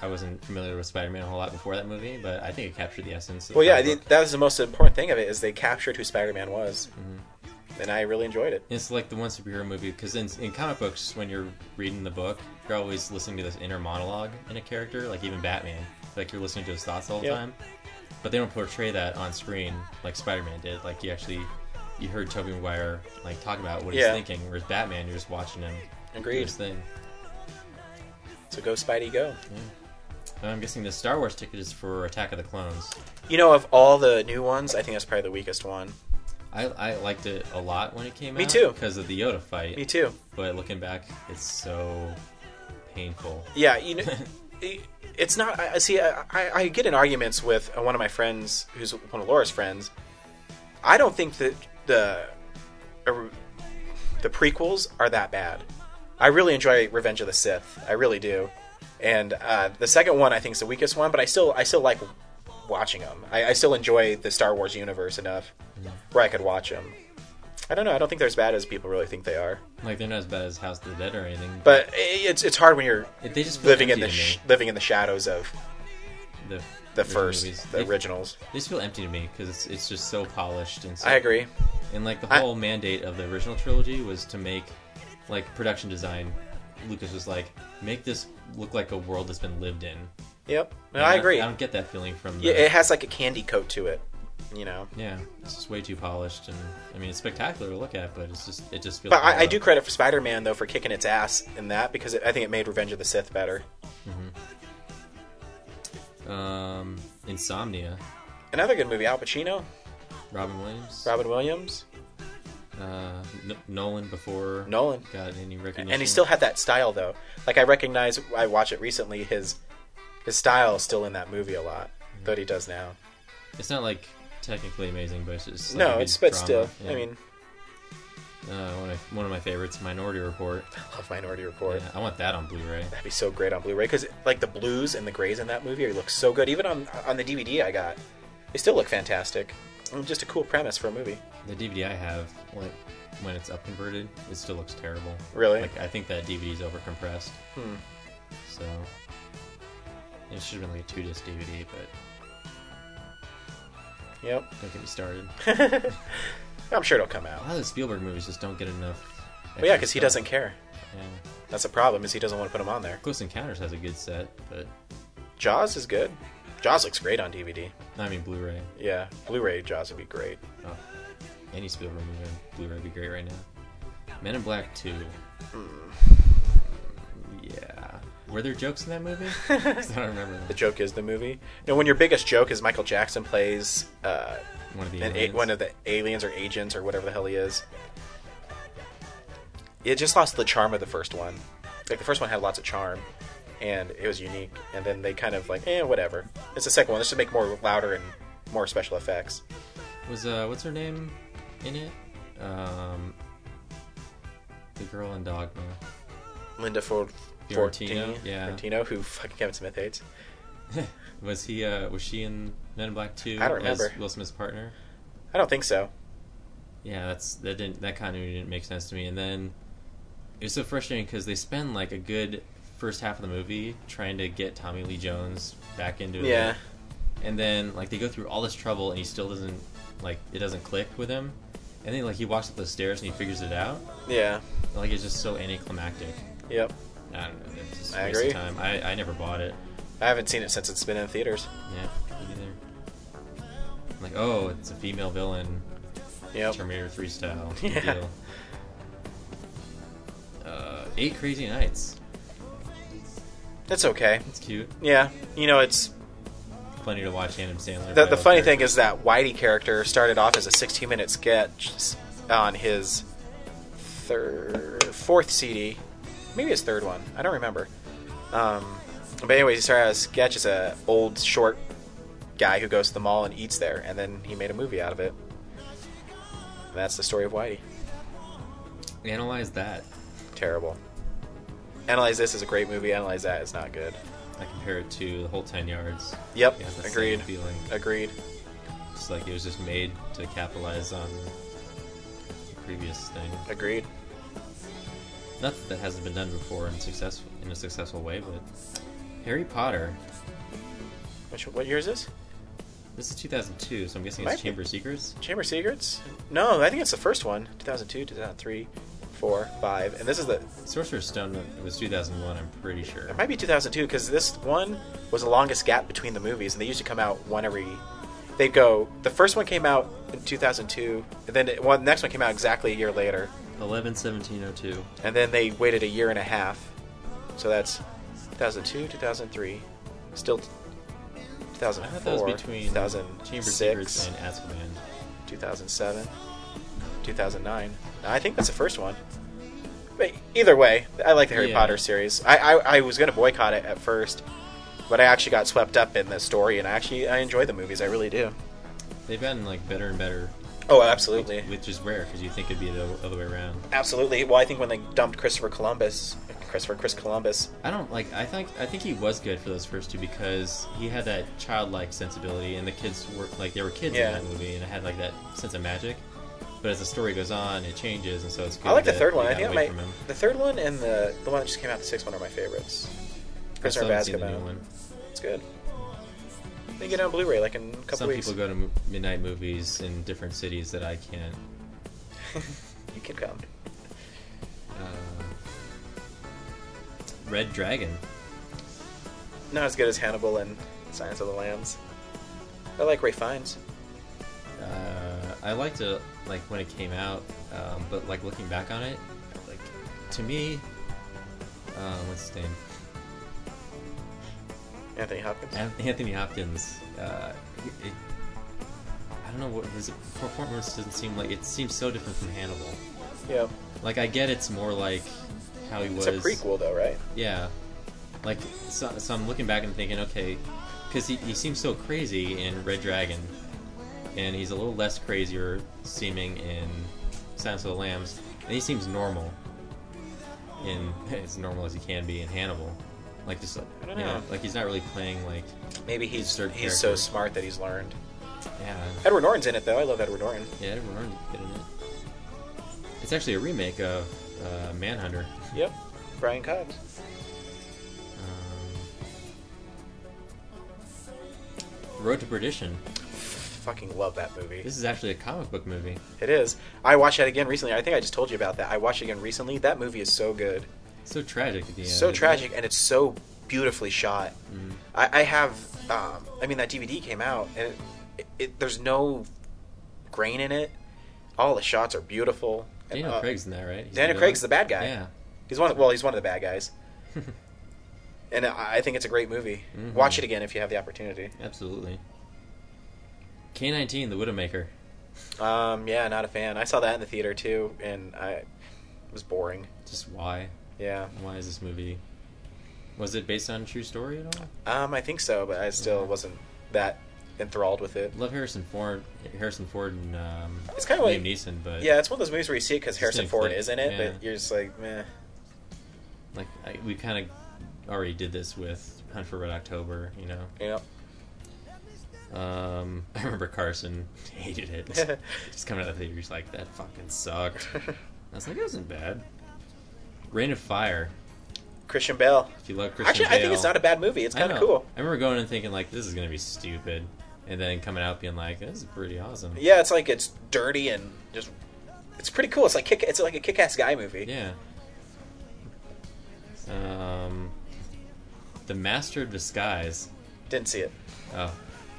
I wasn't familiar with Spider Man a whole lot before that movie, but I think it captured the essence. Of
Well, yeah, I
comic
think
book.
that was the most important thing of it is they captured who Spider Man was,
Mm-hmm.
and I really enjoyed it.
It's like the one superhero movie because in, in comic books, when you're reading the book, you're always listening to this inner monologue in a character, like even Batman. Like you're listening to his thoughts all the
Yeah.
time, but they don't portray that on screen like Spider-Man did. Like you actually, you heard Tobey Maguire like talk about what
Yeah.
he's thinking, whereas Batman, you're just watching him do
Agreed.
his thing.
So go Spidey, go.
And I'm guessing the Star Wars ticket is for Attack of the Clones.
You know, of all the new ones, I think that's probably the weakest one.
I, I liked it a lot when it came
Me
out.
too.
Because of the Yoda fight.
Me too.
But looking back, it's so painful.
Yeah, you know, [laughs] it- it's not. I I- see. I, I, I get in arguments with uh, one of my friends, who's one of Laura's friends. I don't think that the er, the prequels are that bad. I really enjoy Revenge of the Sith. I really do. And uh, the second one, I think, is the weakest one. But I still, I still like watching them. I, I still enjoy the Star Wars universe enough where I could watch them. I don't know. I don't think they're as bad as people really think they are.
Like they're not as bad as House of the Dead or anything.
But i- it's it's hard when you're
it- they just feel
living in
empty
the
to me,
sh- living in the shadows of
the,
the
original
first,
movies.
the
they,
originals.
They just feel empty to me because it's it's just so polished and so,
I agree.
And like the
I-
whole mandate of the original trilogy was to make like production design. Lucas was like, make this look like a world that's been lived in.
Yep, no,
And
I agree.
I don't get that feeling from the,
yeah, it has like a candy coat to it. You know,
Yeah, it's just way too polished, and I mean, it's spectacular to look at, but it's just it just feels.
but I, I
hollow.
do credit for Spider-Man though for kicking its ass in that because it, I think it made Revenge of the Sith better.
Um, Insomnia,
Another good movie, Al Pacino,
Robin Williams,
Robin Williams,
uh, N- Nolan before
Nolan,
got any recognition,
and he still had that style though. Like I recognize, I watched it recently. His his style is still in that movie a lot that he does now.
It's not like technically amazing, but it's just like a
no,
good
it's but
drama.
still,
Yeah.
I mean,
uh, one of my, one of my favorites, Minority Report.
I love Minority Report.
Yeah, I want that on Blu-ray.
That'd be so great on Blu-ray because like the blues and the grays in that movie look so good. Even on on the DVD I got, they still look fantastic. And just a cool premise for a movie.
The DVD I have, like when it's up converted, it still looks terrible.
Really?
Like I think that DVD's overcompressed. Hmm. So it should have been like a two disc DVD, but
Yep,
don't get
[laughs]
me started.
I'm sure it'll come
A
out.
lot of the Spielberg movies just don't get enough.
But yeah, because he doesn't care.
Yeah.
That's the problem is he doesn't want to put them on there.
Close Encounters has a good set, but
Jaws is good. Jaws looks great on DVD.
I mean Blu-ray.
Yeah, Blu-ray Jaws would be great.
Oh, any Spielberg movie on Blu-ray would be great right now. Men in Black Two.
Hmm.
Yeah. Were there jokes in
[laughs]
that movie? 'Cause I don't remember.
The
Them.
joke is the movie. No, when your biggest joke is Michael Jackson plays uh,
One of the
an a-
aliens.
one of the aliens or agents or whatever the hell he is. It just lost the charm of the first one. Like the first one had lots of charm, and it was unique. And then they kind of like, eh, whatever. It's the second one. Let's just make more louder and more special effects.
Was uh, what's her name in it? Um, the girl in Dogma. [laughs]
Linda Ford,
Fiorentino,
Fortino,
yeah.
Fortino, who fucking Kevin Smith hates.
Was he? Uh, was she in Men in Black Two?
I don't
as
remember.
Will Smith's partner.
I don't think so.
Yeah, that's that didn't that continuity didn't make sense to me. And then it was so frustrating because they spend like a good first half of the movie trying to get Tommy Lee Jones back into it.
Yeah.
and then like they go through all this trouble and he still doesn't like it doesn't click with him And then like he walks up the stairs and he figures it out.
Yeah.
Like it's just so anticlimactic.
Yep.
I don't know. It's just a
I
waste
agree.
of time. I, I never bought it.
I haven't seen it since it's been in theaters.
Yeah, me neither. I'm like, oh, it's a female villain,
Yep.
Terminator
[laughs]
3 style. big
Yeah.
Deal. Uh, Eight Crazy Nights.
It's okay.
It's cute.
Yeah. You know, it's
Funny to watch Adam Sandler.
the, the funny thing is that Whitey character started off as a 16 minute sketch s- on his third, fourth CD, maybe his third one. I don't remember. Um, but anyway, he started out as a sketch as a old short guy who goes to the mall and eats there, and then he made a movie out of it. And that's the story of Whitey.
Analyze that.
Terrible. Analyze this is a great movie. Analyze that is not good.
I compare it to the whole 10 yards.
Yep.
You have the same
agreed.
feeling.
Agreed.
It's like it was just made to capitalize on the previous thing.
Agreed.
Not that that hasn't been done before in successful in a successful way, but Harry Potter.
Which, what year is this?
This is 2002, so I'm guessing
Might
it's
be.
Chamber of Secrets.
Chamber of Secrets? No, I think it's the first one. 2002, 2003, 4, 5. And this is the.
Sorcerer's Stone was 2001, I'm pretty sure.
It might be 2002 because this one was the longest gap between the movies, and they used to come out one every. They'd go. The first one came out in 2002, and then it, well, the next one came out exactly a year later,
11 1702.
and then they waited a year and a half. So that's 2002, 2003, still t-
I
2004,
thought that was between Chamber of
2006.
Secrets and Azkaban.
2007, 2009. I think that's the first one. But either way, I like the Harry
Yeah.
Potter series. I, I, I was going to boycott it at first, but I actually got swept up in the story, and I actually I enjoy the movies. I really do.
They've gotten like better and better,
Oh, absolutely.
which is rare because you think it'd be the other way around.
Absolutely. Well, I think when they dumped Christopher Columbus, Christopher Chris Columbus,
I don't like. I think I think he was good for those first two because he had that childlike sensibility, and the kids were like they were kids
Yeah.
in that movie, and it had like that sense of magic. But as the story goes on, it changes, and so it's. Good
I like the
that
third one.
they
I
got
think I
away
might.
from him.
The third one and the the one that just came out, the sixth one, are my favorites.
I
Prisoner of
still haven't seen the new
Azkaban.
one.
It's good. They get it on Blu-ray like in a couple
Some
weeks.
people go to mo- midnight movies in different cities that I can't.
[laughs] you can come.
Uh, Red Dragon.
Not as good as Hannibal and Science of the Lambs. I like Ray Fiennes.
Uh, I liked it like when it came out, um, but like looking back on it, like to me, uh, what's his name?
Anthony Hopkins.
An- Anthony Hopkins. Uh, it, I don't know what his performance doesn't seem like. It seems so different from Hannibal.
Yeah.
Like I get it's more like how he
It's
was.
a prequel though, right?
Yeah. Like so, so I'm looking back and thinking, okay, because he, he seems so crazy in Red Dragon, and he's a little less crazier seeming in Silence of the Lambs, and he seems normal. In [laughs] as normal as he can be in Hannibal, like just like
I don't
you
know.
like he's not really playing like
Maybe he's
Third
he's so
character.
smart that he's learned.
yeah
Edward Norton's in it though. I love Edward Norton.
Yeah, Edward Norton's good in it. It's actually a remake of uh, Manhunter.
Yep. Brian Cobbs.
Um, Road to Perdition.
Fucking love that movie.
This is actually a comic book movie.
It is. I watched that again recently. I think I just told you about that. I watched it again recently. That movie is so good.
So tragic at the end. Mm.
so
isn't it?
tragic and it's so beautifully shot. I, I have, um, I mean, that DVD came out and it, it, there's no grain in it. All the shots are beautiful. And,
Daniel
uh,
Craig's in that, right? He's the
Daniel
villain?
Craig's the bad guy.
Yeah.
He's one. Of, well, he's one of the bad guys. and I I think it's a great movie.
Mhm.
Watch it again if you have the opportunity.
[laughs] Absolutely. K19, The Widowmaker.
Um, yeah, not a fan. I saw that in the theater too, and I it was boring.
Just why?
Yeah.
Why is this movie? Was it based on a true story at all?
Um, I think so, but I still
Yeah.
wasn't that enthralled with it.
Love Harrison Ford. Harrison Ford and um,
It's kinda like-
Liam Neeson, but
Yeah, it's one of those movies where you see it because
Just
Harrison
didn't
Ford
click.
is in it,
Yeah.
but you're just like, meh.
like I, we kind of already did this with Hunt for Red October, you know.
You know?
Um, [laughs] I remember Carson [laughs]
[laughs]
hated it. Just coming out of the theater, he's like, "That fucking sucked." I was like, "It wasn't bad." Rain of Fire.
Christian Bell.
If you love Christian
Actually, I think it's
Bale-
not a bad movie. It's
I
kind of
know.
cool.
I remember going and thinking like, "This is gonna be stupid," and then coming out being like, "This is pretty awesome."
Yeah, it's like it's dirty and just It's pretty cool. It's like kick, it's like a kick-ass guy movie.
Yeah. Um, the Master of Disguise.
Didn't
[laughs]
see it.
Oh,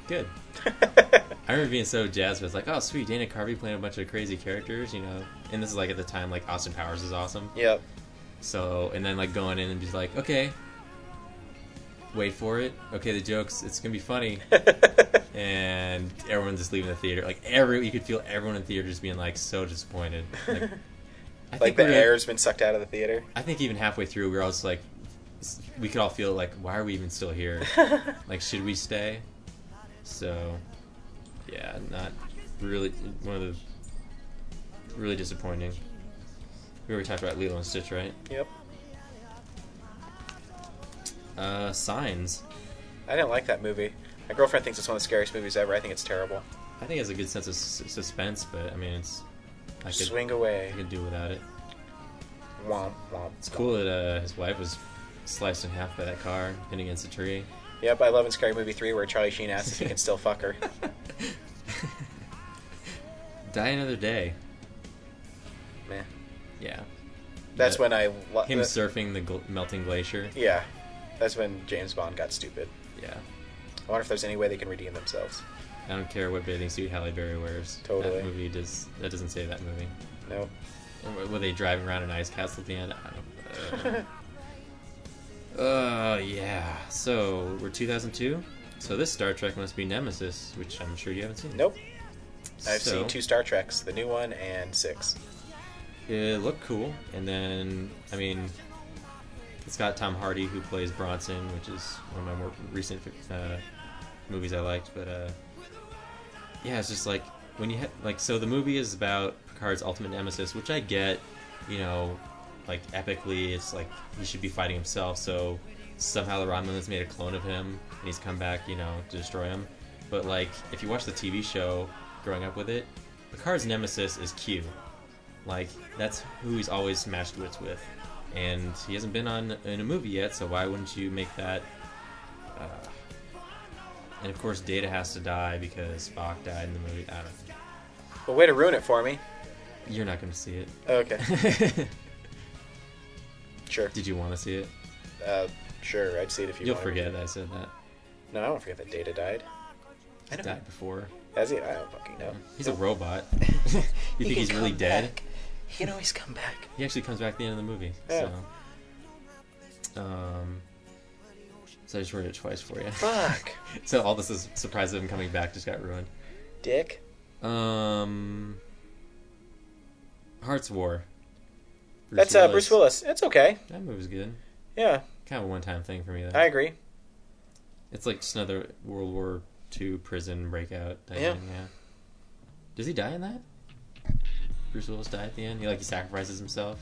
good. I remember being so jazzed. But it's like, oh, sweet, Dana Carvey playing a bunch of crazy characters, you know. And this is like at the time, like Austin Powers is awesome.
yep.
So, and then like going in and just like, okay, wait for it. Okay, the jokes, it's gonna
[laughs]
be funny. and everyone's just leaving the theater. Like every, you could feel everyone in the theater just being like so disappointed.
[laughs]
Like, I
Like
[laughs] we
the
were-
air's been sucked out of the theater.
I think even halfway through, we were all just like, s- we could all feel like, why are we even
[laughs]
still here? like, should we stay? So, yeah, not really one of the really disappointing. We already talked about Lilo and Stitch, right?
Yep.
Uh, signs.
I didn't like that movie. My girlfriend thinks it's one of the scariest movies ever. I think it's terrible.
I think it has a good sense of s- suspense, but I mean, it's I could
Swing away.
I could do without it.
Womp womp.
It's cool that uh, his wife was sliced in half by that car, hit against a tree.
Yep, I love in Scary Movie 3 where Charlie Sheen asks if he can still
[laughs]
fuck her.
Die another day.
Meh.
Yeah.
That's
That-
when I. Lo-
him
the-
surfing the gl- melting glacier.
yeah. That's when James Bond got stupid.
Yeah.
I wonder if there's any way they can redeem themselves.
I don't care what bathing suit Halle Berry wears.
Totally.
That movie does. That doesn't say that movie.
No.
Or were- Were they driving around an ice castle at the end? I don't. Uh, uh yeah. So we're 2002. So this Star Trek must be Nemesis, which I'm sure you haven't
[laughs]
seen.
Nope. I've
So,
seen two Star Treks, the new one and six.
It looked cool, and then I mean, it's got Tom Hardy who plays Bronson, which is one of my more recent uh, movies I liked. But uh, yeah, it's just like when you ha- like so the movie is about Picard's ultimate nemesis, which I get, you know, like epically, it's like he should be fighting himself. So somehow the Romulans made a clone of him, and he's come back, you know, to destroy him. But like if you watch the TV show growing up with it, Picard's nemesis is Q. Like that's who he's always matched wits with, and he hasn't been on in a movie yet. So why wouldn't you make that? Uh, and of course, Data has to die because Spock died in the movie. I don't.
But way to ruin it for me.
You're not going to see
Okay.
it.
[laughs]
[laughs]
Sure.
Did you want to see it?
Uh, sure, I'd see it if you
You'll
want.
forget I said that.
No, I won't forget that Data died. I
He
know.
died before.
Has he? I don't fucking know.
He's a robot. [laughs] you
[laughs]
think he's really dead?
He can always come
[laughs]
back.
He actually comes back at the end of the movie.
Yeah.
So. Um. So I just wrote it twice for you.
Fuck.
[laughs] so all this is surprise of him coming back just got ruined.
Dick.
Um, Hearts War.
That's uh, Bruce Willis. It's okay.
That movie's good.
Yeah,
Kind of a one-time thing for me though.
I agree.
It's like just another World War II prison breakout. Type
Yeah.
Thing, yeah. Does he die in that? Bruce Willis die at the end. He like he sacrifices himself,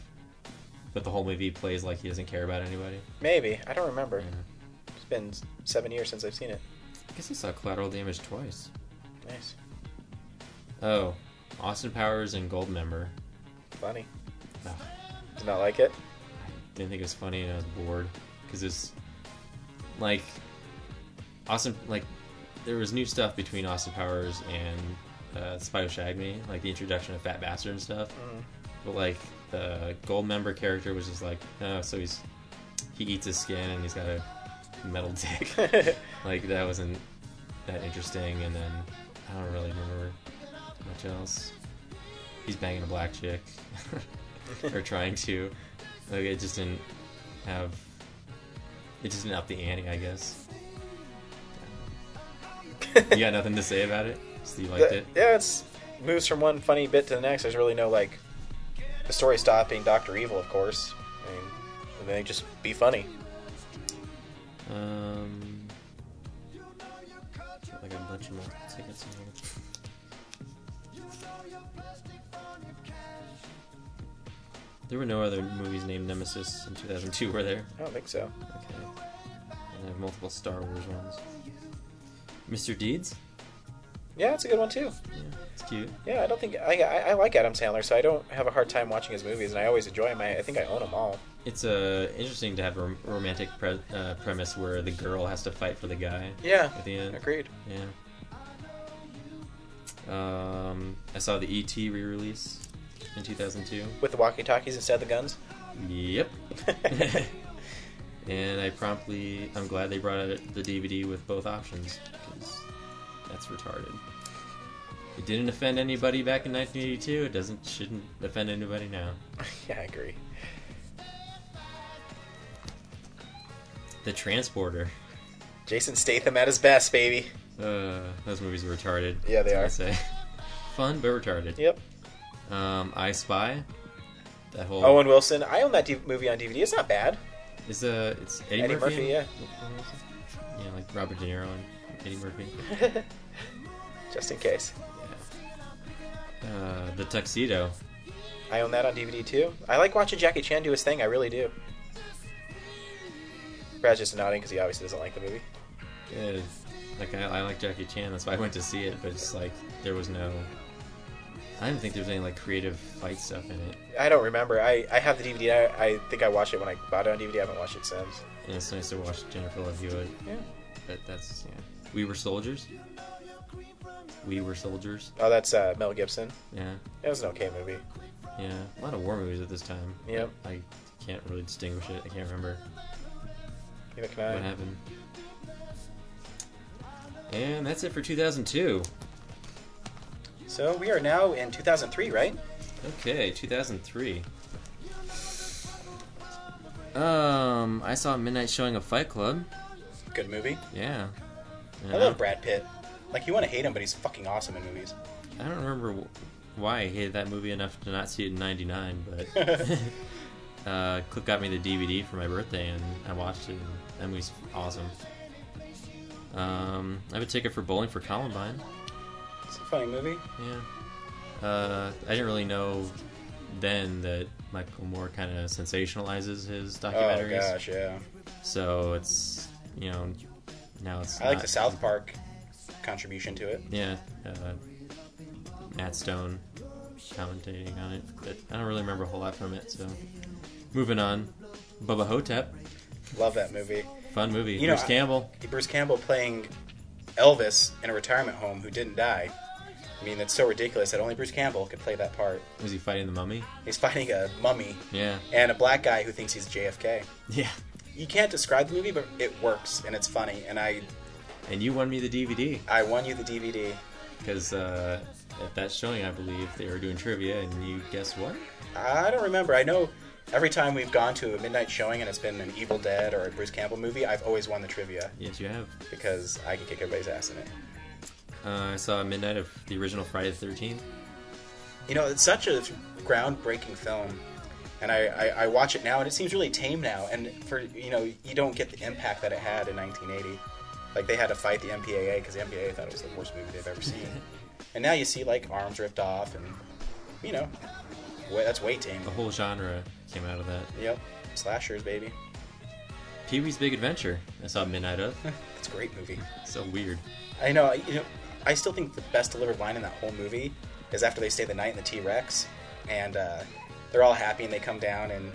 but the whole movie plays like he doesn't care about anybody.
Maybe. I don't remember.
Yeah.
It's been s- seven years since I've seen it.
I guess I saw Collateral Damage twice.
Nice.
Oh, Austin Powers and Goldmember.
Funny.
Oh,
Did not like it?
didn't think it was funny and I was bored because it's like Austin like there was new stuff between Austin Powers and uh, Spy Who Shagged Me, like the introduction of Fat Bastard and stuff.
Mm.
But like the gold member character was just like, oh, so he's he eats his skin and he's got a metal
[laughs]
[laughs] dick.
Mm.
like that wasn't that interesting. And then I don't really remember much else. He's banging a black chick [laughs] or trying to. Like it just didn't have. It just didn't up the ante, I guess. You got nothing to say about it? So you liked
The-
it?
Yeah, it's moves from one funny bit to the next. There's really no like the story stopping Doctor Evil, of course. I mean, and they just be funny.
Um, got, like a bunch of more tickets. in here. There were no other movies named Nemesis in 2002, were there?
I don't think so.
Okay. And I have multiple Star Wars ones. Mr. Deeds?
Yeah, it's a good one too.
Yeah, it's cute.
Yeah, I don't think I, I, I like Adam Sandler, so I don't have a hard time watching his movies, and I always enjoy them. I, I think I own them all.
It's uh, interesting to have a rom- romantic pre- uh, premise where the girl has to fight for the guy
Yeah,
at the end.
agreed.
Yeah. Um, I saw the ET E re-release. in 2002.
with the walkie talkies instead of the guns. [laughs]
Yep. [laughs] and I promptly, I'm glad they brought out the DVD with both options because that's retarded. It didn't offend anybody back in 1982. It doesn't shouldn't offend anybody now.
yeah, I agree.
The Transporter.
Jason Statham at his best, baby.
Uh, those movies are retarded.
Yeah, they
that's what I say. [laughs] Fun but retarded.
Yep.
Um, I Spy. That whole
Owen Wilson. I own that D- movie on DVD. It's not bad.
is a it's Eddie,
Eddie Murphy, yeah.
Yeah, like Robert De Niro and Eddie Murphy.
Just in case.
Yeah. Uh, the Tuxedo.
I own that on DVD too. I like watching Jackie Chan do his thing. I really do. Brad's just nodding because he obviously doesn't like the movie.
Yeah, like I, I like Jackie Chan, that's why I went to see it. But it's like there was no. I don't think there's any like creative fight stuff in it,
I don't remember. I, I have the DVD. I, I think I watched it when I bought it on DVD. I haven't watched it since.
and it's nice to watch Jennifer Love Hewitt.
Yeah.
But that's yeah. We were soldiers. We were soldiers.
Oh, that's uh, Mel Gibson.
Yeah,
It was an okay movie.
yeah. A lot of war movies at this time.
Yep.
I can't really distinguish it. I can't remember
Neither can
what
I.
happened. And that's it for 2002.
So we are now in 2003, right?
Okay, 2003. Um, I saw a midnight showing of Fight Club.
Good movie.
Yeah.
I love Brad Pitt. Like you want to hate him, but he's fucking awesome in movies.
I don't remember wh- why I hated that movie enough to not see it in 99, but uh, Cliff got me the DVD for my birthday and I watched it and that movie's awesome. Um, I have a ticket for Bowling for Columbine.
It's a funny movie.
Yeah. Uh, I didn't really know then that Michael Moore kind of sensationalizes his
Oh
documentaries.
gosh, yeah.
So it's you know now it's.
I like
not-
the South Park contribution to it.
Yeah, uh, Matt Stone commentating on it, but I don't really remember a whole lot from it. So moving on, Bubba Hotep,
Love that movie.
fun movie.
You know,
Bruce
I-
Campbell.
Bruce Campbell playing Elvis in a retirement home who didn't die. I mean, that's so ridiculous that only Bruce Campbell could play that part.
Was he fighting the mummy?
He's [laughs] fighting a mummy [laughs]
Yeah,
and a black guy who thinks he's JFK.
yeah.
You can't describe the movie, but it works and it's funny. And I,
And you won me the DVD
I won you the DVD.
because uh, at that showing, I believe they were doing trivia, and you guess what?
I don't remember. I know every time we've gone to a midnight showing and it's been an Evil Dead or a Bruce Campbell movie, I've always won the trivia
Yes, you have.
because I can kick everybody's ass in it.
Uh, I saw Midnight of the original Friday the Thirteenth.
You know, it's such a groundbreaking film, and I, I, I watch it now, and it seems really tame now. And for you know, you don't get the impact that it had in 1980. Like they had to fight the MPAA because the MPAA thought it was the worst movie they've ever seen. and now you see like arms ripped off, and you know, wa that's way tame.
A whole genre came out of that.
Yep, slashers, baby. [laughs]
Pee Wee's Big Adventure. I saw Midnight of.
It's a great movie.
so weird.
I know. I- You know, I still think the best delivered line in that whole movie is after they stay the night in the T Rex, and uh, they're all happy, and they come down, and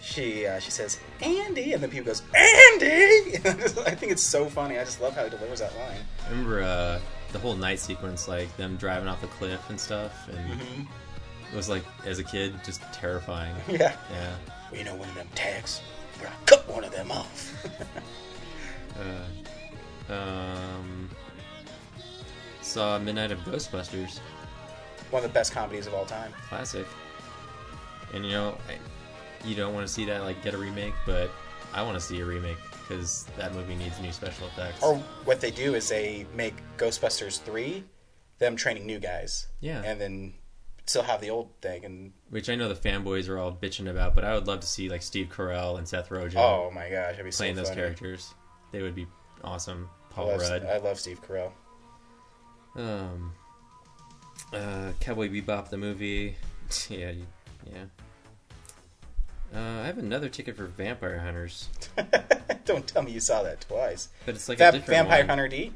she uh, she says Andy, and then people goes Andy. [laughs] I think it's so funny. I just love how he delivers that line. [laughs]
I remember uh, the whole night sequence, like them driving off the cliff and stuff, and it was like as a kid just terrifying.
Yeah.
yeah.
Well, you know, one of them tags where I cut one of them off.
Uh, um, saw Midnight of Ghostbusters,
[laughs] one of the best comedies of all time.
classic, and you know, I, you don't want to see that like get a remake, but I want to see a remake because that movie needs new special effects.
Or what they do is they make Ghostbusters three, them training new guys.
Yeah.
And then still have the old thing, and
Which I know the fanboys are all bitching about, but I would love to see like Steve Carell and Seth Rogen
oh my gosh, that'd be so
playing those
funny.
characters. They would be awesome.
I
Paul
love,
Rudd.
I love Steve Carell. [laughs]
Um, uh, Cowboy Bebop the movie. [laughs] Yeah, you- yeah. Uh, I have another ticket for Vampire Hunters,
Don't tell me you saw that twice.
but it's like a
Va-
different
Vampire
one.
Hunter D.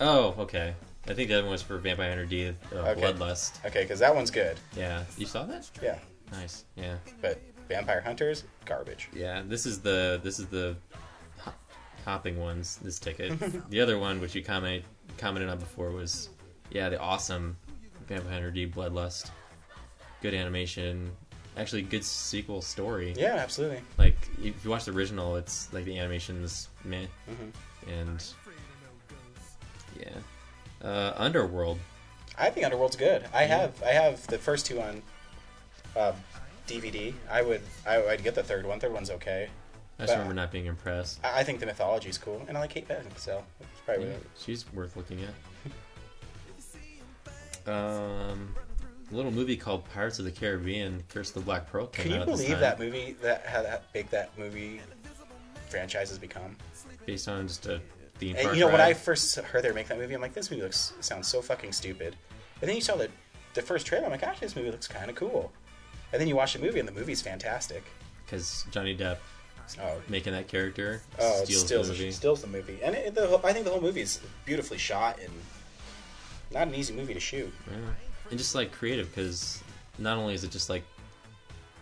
Oh, okay. I think the other one was for Vampire Hunter D, uh,
Okay.
Bloodlust.
Okay, because that one's good.
Yeah, you saw that?
Yeah,
Nice. Yeah,
but Vampire Hunters garbage.
yeah. This is the this is the hop- hopping ones. This
[laughs]
ticket. the other one, which you comment commented on before, was yeah the awesome Vampire Hunter D, Bloodlust. good animation, actually good sequel story.
Yeah, absolutely.
Like if you watch the original, it's like the animation's meh,
Mm-hmm.
and yeah, uh, Underworld.
I think Underworld's good. I have I have the first two on uh, DVD. I would I, I'd get the third one. Third one's okay.
I just
But-
remember not being impressed.
I, I think the mythology's cool, and I like Kate Beckinsale. so it's probably
Yeah, she's worth looking
[laughs]
at. Um, a little movie called Pirates of the Caribbean: Curse of the Black Pearl. Came
Can you
out at this
believe
time,
that movie? That how that big that movie franchise has become.
Based on just a theme
And
park
you know when I
ride.
first heard they were making that movie, I'm like, this movie looks sounds so fucking stupid. And then you saw the the first trailer, I'm like, actually, this movie looks kind of cool. And then you watch the movie, and the movie's fantastic.
because Johnny Depp
Oh,
making that character
oh, it
steals
steals,
the movie.
steals the movie, and it, the, whole- I think the whole movie is beautifully shot and not an easy movie to shoot.
Yeah. And just like creative, because not only is it just like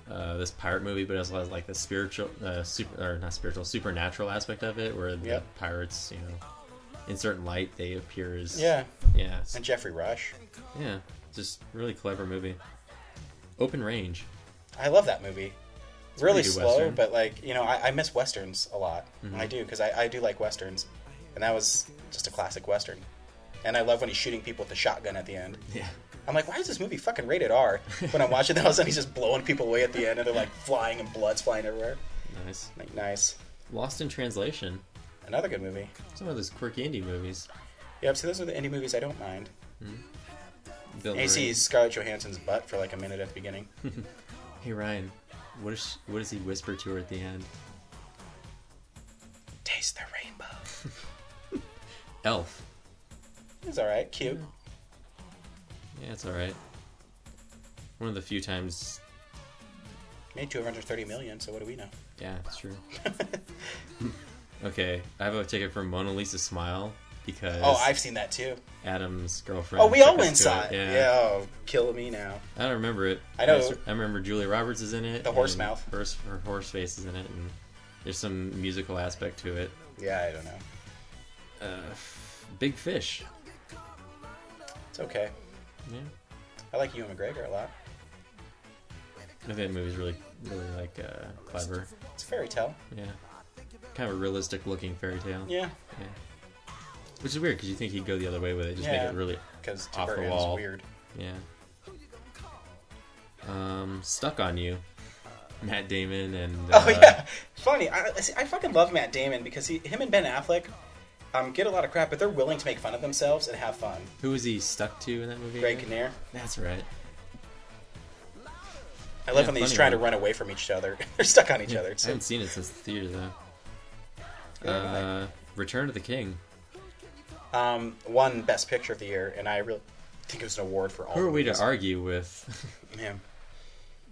uh, this pirate movie, but it also has like the spiritual, uh, super, or not spiritual, supernatural aspect of it, where the
Yep.
pirates, you know, in certain light they appear as
Yeah,
yeah, it's-
and Jeffrey Rush,
yeah, just really clever movie.
[laughs]
Open Range,
I love that movie. really
pretty
slow,
Western. Mm-hmm.
but like you know, I, I miss westerns a lot. I do because I, I do like westerns, and that was just a classic western. And I love when he's shooting people with the shotgun at the end.
yeah,
I'm like, why is this movie fucking rated R? When I'm watching that, all of a sudden he's just blowing people away at the end, and they're like flying and blood's flying everywhere.
nice.
I'm like, nice,
Lost in Translation,
another good movie.
some of those quirky indie movies.
Yep. So those are the indie movies I don't mind.
Bill
And you see
Murray.
Scarlett Johansson's butt for like a minute at the beginning.
Hey Ryan, what is what does he whisper to her at the end?
Taste the rainbow.
Elf.
It's all right, cute.
Yeah, it's all right. One of the few times
Made 230 million, so what do we know?
Yeah,
[laughs]
it's true. okay, I have a ticket for Mona Lisa Smile because
Oh, I've seen that too.
Adam's girlfriend.
Oh, we all
took us
went
to
saw it.
it.
Yeah.
Yeah.
Oh, kill me now.
I don't remember it.
I know-
just- I remember Julia Roberts is in it.
The horse
and
mouth.
Horse, her horse face is in it, and there's some musical aspect to it.
Yeah, I don't know.
Uh, Big Fish.
It's okay.
Yeah,
I like Ewan McGregor a lot.
I think that movie's really, really like uh, clever.
It's a fairy tale.
Yeah, kind of a realistic looking fairy tale.
Yeah,
Yeah. Which is weird because you think he'd go the other way with it, just
Yeah.
make it really
because Tim
Off the
Burton's
wall.
weird.
Yeah. Um, stuck on you, Matt Damon and uh,
[laughs] Oh yeah, funny. I, I see, I fucking love Matt Damon because he, him and Ben Affleck, um, get a lot of crap, but they're willing to make fun of themselves and have fun.
who was he stuck to in that movie?
Greg
again?
Kinnear.
That's right.
I love
Yeah,
when he's
funny
trying to
one.
run away from each other. [laughs] they're stuck on each
Yeah,
other.
I
So.
haven't seen it since the theater though.
Neither have I.
Uh, Return of the King.
um, won Best Picture of the year, and I really think it was an award for all.
Who are we to
movies.
argue with? [laughs]
Yeah.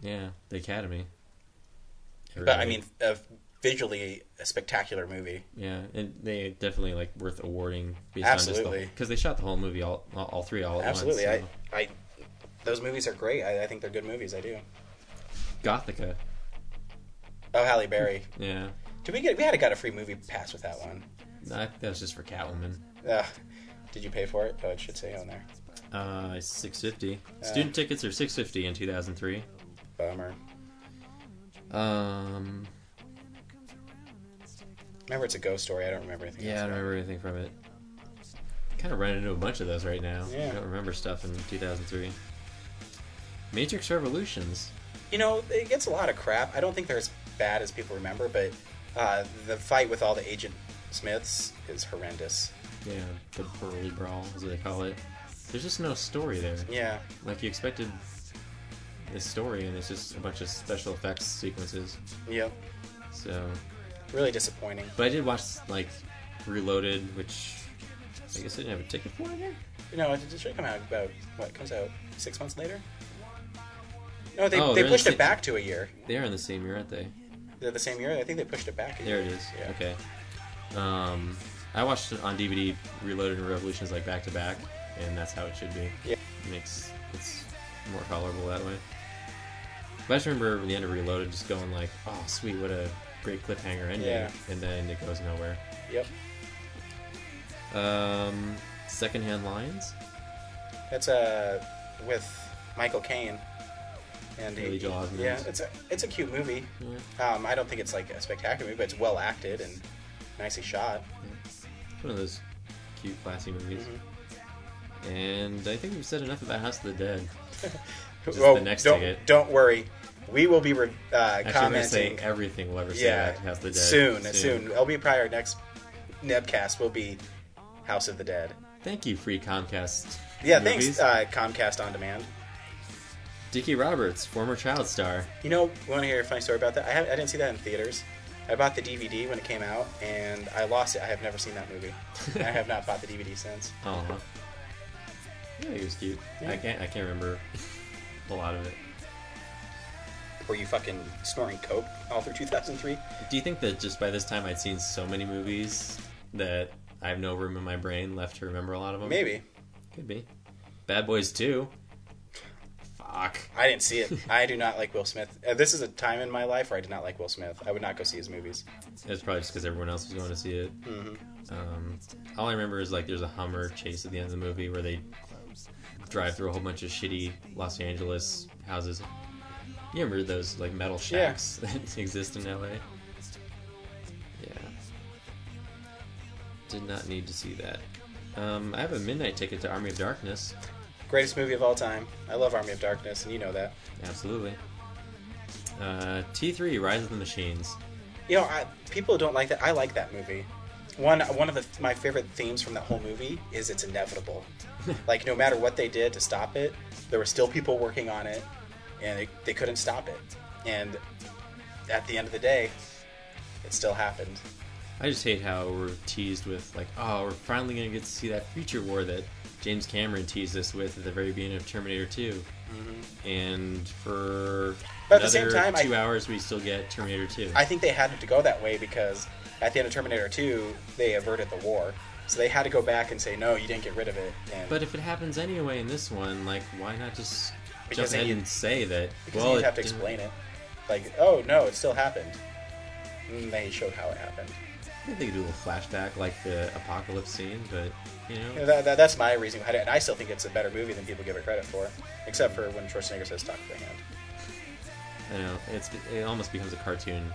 yeah, the Academy.
But I
Everybody.
mean, uh, visually a spectacular movie.
yeah, and they definitely like worth awarding based on
Absolutely.
just because they shot the whole movie all all, all three all at
Absolutely,
once.
I, I, those movies are great. I, I think they're good movies. I do.
Absolutely, Gothica.
Oh, Halle
[laughs]
Berry.
Yeah,
Did we get? We had got a free movie pass with that one.
that, that was just for Catwoman.
Ugh. Did you pay for it? Oh, it should say on there.
Uh, six fifty.
Uh.
Student tickets are six fifty in two thousand three.
Bummer.
Um,
Remember, it's a ghost story. I don't remember anything.
yeah, I
else.
don't remember anything from it. Kind of run into a bunch of those right now.
Yeah.
I don't remember stuff in two thousand three. Matrix Revolutions.
You know, it gets a lot of crap. I don't think they're as bad as people remember, but uh, the fight with all the Agent Smiths is horrendous.
Yeah, the Burly Brawl, as they call it. There's just no story there.
Yeah.
Like you expected this story, and it's just a bunch of special effects sequences.
Yep.
So
Really disappointing.
But I did watch like Reloaded, which I guess I didn't have a ticket for. I think.
You know, it it should come out about what it comes out six months later. No, they,
Oh,
they
they're
pushed
the
it
sa-
back to a year.
They are in the same year, aren't they?
They're the same year. I think they pushed it back. A year.
There it is.
Yeah.
Okay. Um, I watched it on DVD Reloaded and Revolutions like back to back, and that's how it should be.
Yeah.
It makes it's more tolerable that way. But I just remember the end of Reloaded just going like, "Oh, sweet, what a great cliffhanger ending,"
Yeah.
and then it goes nowhere.
Yep.
Um, Secondhand Lines.
That's uh with Michael Caine. And
Haley Joel Osment.
yeah, it's a it's a cute movie.
Yeah.
Um, I don't think it's like a spectacular movie, but it's well acted and nicely shot.
One of those cute, classy movies.
Mhm. Mm-hmm.
And I think we've said enough about House of the Dead. Just
well,
the next
don't
ticket.
don't worry, we will be re- uh,
Actually, I'm going to say
commenting.
everything we'll ever say
yeah,
about House of the Dead.
soon, soon, It'll be probably our next Nebcast will be House of the Dead.
Thank you, Free Comcast.
Yeah,
movies.
thanks uh, Comcast on demand.
Dickie Roberts, former child star.
You know, want to hear a funny story about that? I, have, I didn't see that in theaters. I bought the DVD when it came out, and I lost it. I have never seen that
[laughs]
movie. And I have not bought the DVD since.
Oh. Yeah, he was cute.
Yeah.
I can't. I can't remember [laughs] a lot of it.
Were you fucking snoring coke all through 2003?
Do you think that just by this time I'd seen so many movies that I have no room in my brain left to remember a lot of them?
Maybe.
Could be. Bad Boys Two. Fuck.
I didn't see it. I do not like Will Smith. Uh, this is a time in my life where I did not like Will Smith. I would not go see his movies.
It's probably just because everyone else was going to see it.
hmm
Um, all I remember is like there's a Hummer chase at the end of the movie where they drive through a whole bunch of shitty Los Angeles houses. You remember those like metal shacks [laughs] that exist in LA? Yeah. Did not need to see that. Um, I have a midnight ticket to Army of Darkness.
Greatest movie of all time. I love Army of Darkness, and you know that.
Absolutely. Uh, T3 Rise of the Machines.
You know, I, people don't like that. I like that movie. One one of the, my favorite themes from that whole movie is it's inevitable. like no matter what they did to stop it, there were still people working on it, and they, they couldn't stop it. And at the end of the day, it still happened.
I just hate how we're teased with like, oh, we're finally gonna get to see that future war that James Cameron teased us with at the very beginning of Terminator 2. And for
But at the same
another
time, I-
two hours, we still get Terminator 2.
I think they had to go that way because at the end of Terminator 2, they averted the war. So they had to go back and say, no, you didn't get rid of it. And
But if it happens anyway in this one, like, why not just
Because
jump ahead
then you-
and say that?
because
Well,
you'd
it
have to
didn't-
explain it. Like, oh, no, it still happened. And they showed how it happened.
I think they could do a little flashback like the apocalypse scene, but you know,
You know, that, that, that's my reason. behind it, And I still think it's a better movie than people give it credit for. Except for when Schwarzenegger says talk to the hand.
I know it's it almost becomes a cartoon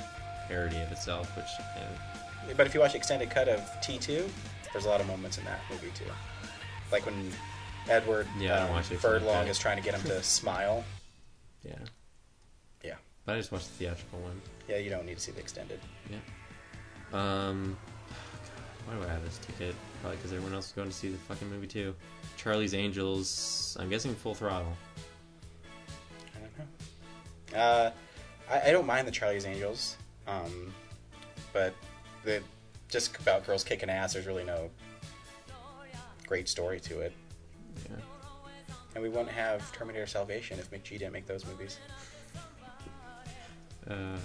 parody of itself, which you know,
But if you watch the extended cut of T2, there's a lot of moments in that movie, too. Like when Edward
Yeah, I don't
um,
watch the extended
Furlong
cut.
is trying to get him to [laughs] smile.
yeah.
Yeah.
But I just watched the theatrical one.
Yeah, you don't need to see the extended.
Yeah. Um, why do I have this ticket? Probably because everyone else is going to see the fucking movie too. Charlie's Angels. I'm guessing Full Throttle.
I don't know. Uh, I, I don't mind the Charlie's Angels, um, but the just about girls kicking ass. There's really no great story to it,
Yeah.
and we wouldn't have Terminator Salvation if McGee didn't make those movies.
Uh,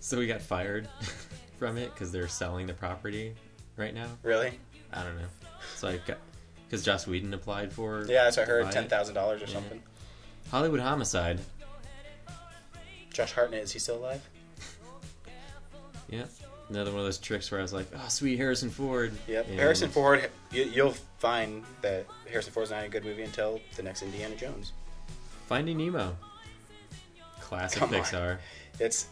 so we got fired [laughs] from it because they're selling the property right now.
Really?
I don't know. So I got because Joss Whedon applied for.
Yeah, that's what I
to buy
heard.
it.
Ten thousand dollars or
Yeah.
something.
Hollywood Homicide.
Josh Hartnett is he still alive?
Yeah. Another one of those tricks where I was like, oh, sweet Harrison Ford.
Yep.
And-
Harrison Ford. You, you'll find that Harrison Ford's not a good movie until the next Indiana Jones.
Finding Nemo. Classic
Come on.
Pixar.
It's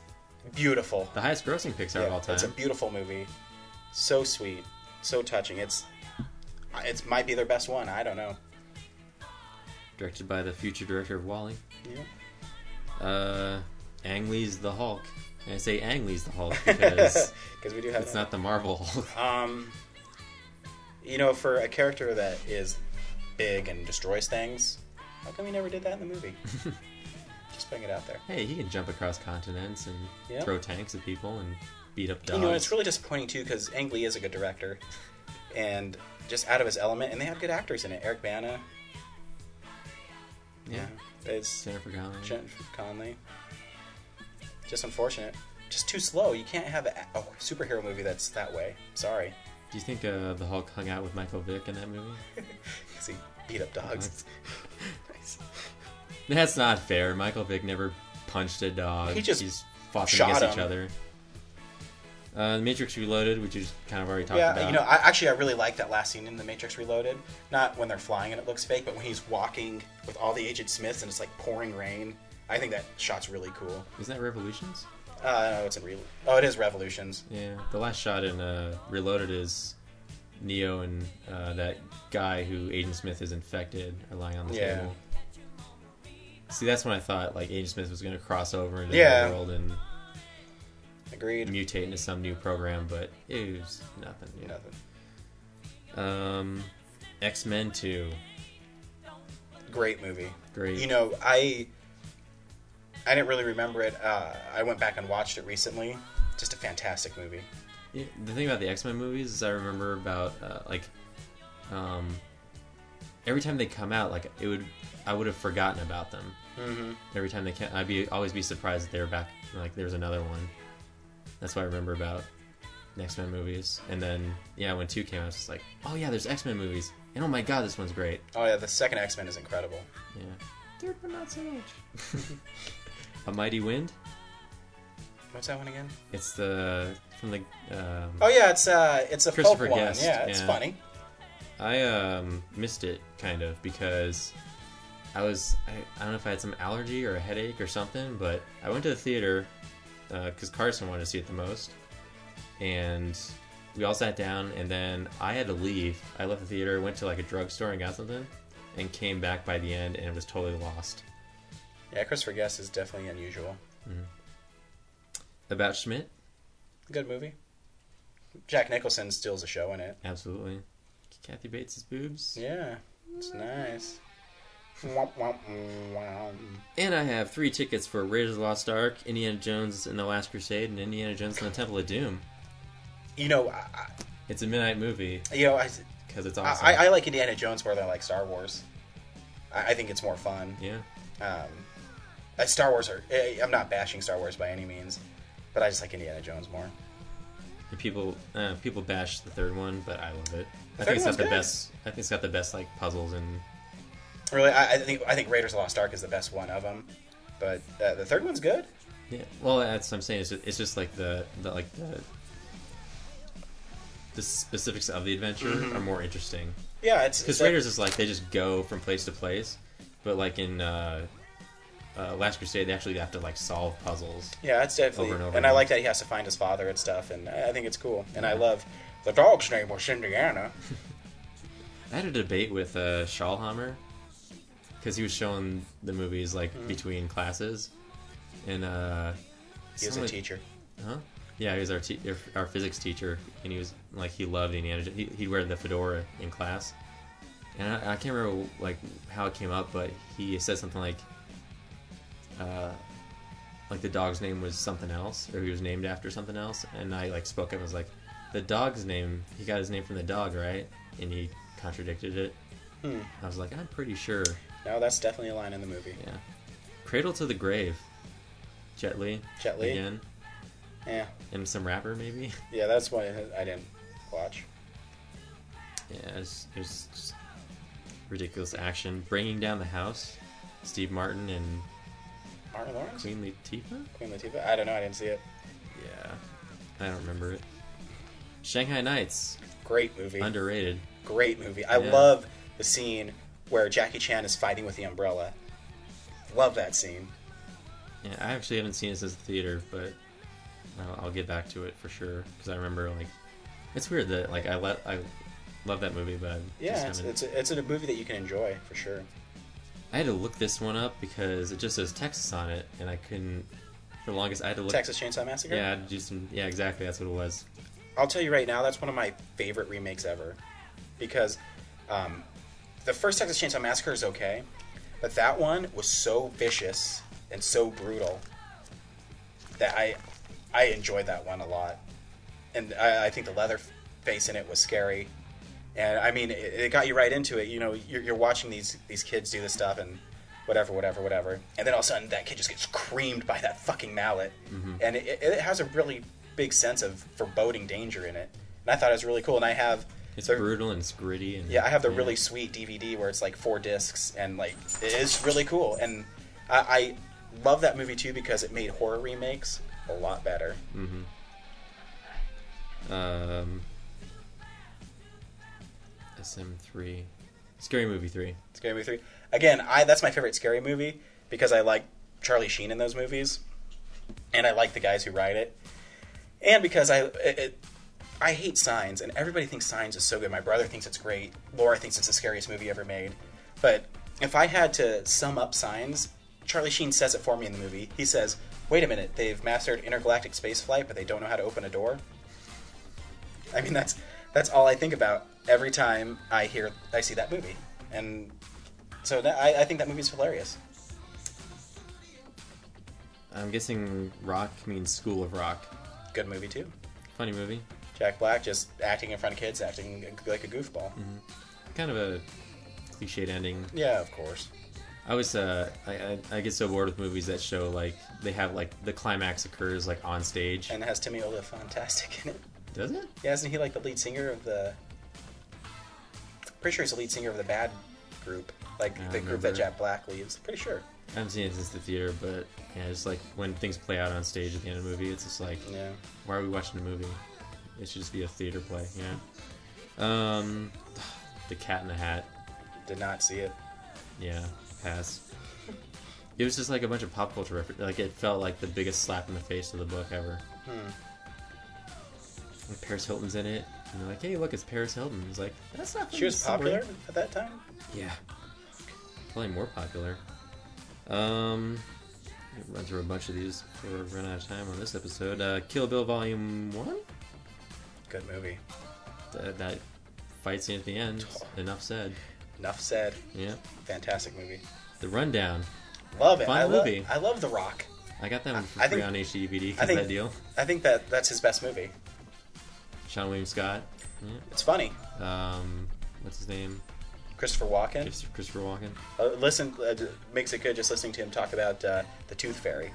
beautiful.
The highest grossing Pixar of all time.
It's a beautiful movie, so sweet, so touching. It's it's might be their best one. I don't know.
Directed by the future director of Wally.
Yeah.
Uh, Ang Lee's the Hulk. And I say Ang Lee's the Hulk
[laughs]
because
Because we do have
it's not the Marvel Hulk.
Um, you know, for a character that is big and destroys things, how come we never did that in the
[laughs]
movie? Just putting it out there.
Hey, he can jump across continents and
Yeah.
throw tanks at people and beat up dogs.
You know, it's really disappointing too because Ang Lee is a good director, and just out of his element. And they had good actors in it. Eric Bana.
yeah.
It's
Jennifer Connelly.
Jennifer Conley. Just unfortunate. Just too slow. You can't have a, oh, a superhero movie that's that way. Sorry.
Do you think uh, the Hulk hung out with Michael Vick in
[laughs]
that movie?
'Cause he beat up dogs. nice.
That's not fair. Michael Vick never punched a dog.
He just
He's fought them
shot
against each
him.
other. Uh, the Matrix Reloaded, which you just kind of already talked
Yeah,
about.
you know, I, actually, I really like that last scene in The Matrix Reloaded. Not when they're flying and it looks fake, but when he's walking with all the Agent Smiths and it's like pouring rain I think that shot's really cool.
Isn't that Revolutions?
Uh, no, it's in Re- oh, it is Revolutions.
Yeah, the last shot in uh, Reloaded is Neo and uh, that guy who Agent Smith is infected are lying on the
Yeah.
table. See, that's when I thought like Agent Smith was going to cross over into
Yeah.
the real world and
Agreed.
mutate into some new program, but it was nothing. dude.
Nothing.
Um, X Men Two,
Great movie.
great.
You know, I I didn't really remember it. Uh, I went back and watched it recently. Just a fantastic movie.
Yeah, the thing about the X Men movies is I remember about uh, like, um, every time they come out, like it would I would have forgotten about them.
Mm-hmm.
Every time they came, I'd be always be surprised that they were back. Like there's another one. That's what I remember about X Men movies. And then yeah, when two came out, I was just like, oh yeah, there's X Men movies, and oh my god, this one's great.
Oh yeah, the second X Men is incredible.
Yeah. Third one not so much. [laughs] A Mighty Wind.
What's that one again?
It's the from the. Um,
Oh yeah, it's uh, it's a folk
Christopher
one.
Guest,
yeah, it's
yeah.
funny.
I um, missed it kind of because I was I, I don't know if I had some allergy or a headache or something, but I went to the theater because Carson wanted to see it the most, and we all sat down. And then I had to leave. I left the theater, went to like a drugstore and got something, and came back by the end and was totally lost.
Yeah, Christopher Guest is definitely unusual.
About Schmidt,
Good movie. Jack Nicholson steals a show in it.
absolutely. Kathy Bates' boobs.
Yeah, it's nice. Womp, womp, womp.
And I have three tickets for Raiders of the Lost Ark, Indiana Jones and the Last Crusade, and Indiana Jones and the Temple of Doom.
You know, I, I-
It's a midnight movie
you know, I,
because it's awesome.
I, I like Indiana Jones more than I like Star Wars. I, I think it's more fun.
yeah,
Um, uh, Star Wars are. eh, I'm not bashing Star Wars by any means, but I just like Indiana Jones more.
and people uh, people bash the third one, but I love it. I
third
think it's
one's
got the
good.
best. I think it's got the best like puzzles and
Really, I, I think I think Raiders of the Lost Ark is the best one of them, but uh, the third one's good.
yeah. Well, that's what I'm saying. It's just, it's just like the, the like the the specifics of the adventure
Mm-hmm.
are more interesting
Yeah, it's
because
it's like-
Raiders is like they just go from place to place, but like in uh, uh, Last Crusade, they actually have to like solve puzzles.
Yeah, it's definitely,
Over and
and,
over
I
again.
like that he has to find his father and stuff, and I I think it's cool. And I love the dog's name was Indiana.
I had a debate with uh, Schallhammer because he was showing the movies like between classes, and uh,
Hmm. He was a
someone-
teacher.
Huh? Yeah, he was our te- our- our physics teacher, and he was like he loved Indiana. Jo- He, he'd wear the fedora in class, and I, I can't remember like how it came up, but he said something like, uh, like the dog's name was something else, or he was named after something else, and I like spoke up and was like, the dog's name. He got his name from the dog, right? And he contradicted it.
Hmm.
I was like, I'm pretty sure.
No, that's definitely a line in the movie.
Yeah. Cradle to the grave. Jet Li.
Jet Li?
Again.
Yeah,
And some rapper maybe. [laughs]
yeah, that's why I didn't watch.
Yeah, it's, it's just ridiculous action. Bringing down the house, Steve Martin and
Martin Lawrence, Queen,
Queen Latifah.
Latifah. I don't know. I didn't see it.
Yeah, I don't remember it. Shanghai Nights,
Great movie.
underrated.
Great movie. I
Yeah.
love the scene where Jackie Chan is fighting with the umbrella. Love that scene.
Yeah, I actually haven't seen it since the theater, but I'll, I'll get back to it for sure because I remember like it's weird that like I let I love that movie, but I just
Yeah, it's
haven't.
it's a, it's a movie that you can enjoy for sure.
I had to look this one up because it just says Texas on it, and I couldn't for the longest. I had to look.
Texas Chainsaw Massacre.
Yeah, I had to do some. Yeah, exactly. That's what it was.
I'll tell you right now, that's one of my favorite remakes ever, because um, the first Texas Chainsaw Massacre is okay, but that one was so vicious and so brutal that I I enjoyed that one a lot, and I, I think the leather face in it was scary, and I mean it, it got you right into it. You know, you're, you're watching these these kids do this stuff and. Whatever, whatever, whatever, and then all of a sudden that kid just gets creamed by that fucking mallet, and it, it has a really big sense of foreboding danger in it. And I thought it was really cool. And I have
It's
the-
brutal and it's gritty and
yeah, I have the really sweet DVD where it's like four discs and like it is really cool. And I, I love that movie too because it made horror remakes a lot better.
um SM three. Scary movie three.
Scary Movie three again. I that's my favorite scary movie because I like Charlie Sheen in those movies, and I like the guys who ride it, and because I it, it, I hate Signs, and everybody thinks Signs is so good. My brother thinks it's great. Laura thinks it's the scariest movie ever made. But if I had to sum up Signs, Charlie Sheen says it for me in the movie. He says, "Wait a minute, they've mastered intergalactic space flight, but they don't know how to open a door." I mean, that's that's all I think about every time I hear I see that movie, and so that, I, I think that movie's hilarious.
I'm guessing rock means school of rock.
Good movie too.
Funny movie.
Jack Black just acting in front of kids, acting like a goofball.
Mm-hmm. Kind of a cliched ending.
Yeah, of course.
I was uh, I, I, I get so bored with movies that show like they have like the climax occurs like on stage.
And it has Timmy Fantastic in it.
Does it?
Yeah, isn't he like the lead singer of the? Pretty sure he's the lead singer of the bad group, like
I
the group that
remember.
Jack Black leaves. Pretty sure.
I haven't seen it since the theater, but yeah, it's like when things play out on stage at the end of a movie, it's just like
Yeah.
why are we watching a movie? It should just be a theater play, yeah. Um, the Cat in the Hat,
Did not see it.
yeah, pass. It was just like a bunch of pop culture references. Like it felt like the biggest slap in the face of the book ever.
Hmm.
Like Paris Hilton's in it, and they're like, "Hey, look, it's Paris Hilton." It's like that's not. from
She was
this story."
popular at that time.
Yeah. Probably more popular. Um, it runs through a bunch of these before we run out of time on this episode. Uh, Kill Bill Volume 1?
Good movie.
That, that fight scene at the end. Enough said.
Enough said.
Yeah.
Fantastic movie.
The Rundown.
Love it.
Fun
I love.
movie.
I love The Rock.
I got that one for
I
free
think-
on HDVD
I
because
think-
that deal.
I think that that's his best movie.
Sean William Scott. Yeah.
It's funny.
Um, what's his name?
Christopher Walken.
Christopher Christopher Walken.
Uh, listen, uh, d- makes it good just listening to him talk about uh, the Tooth Fairy.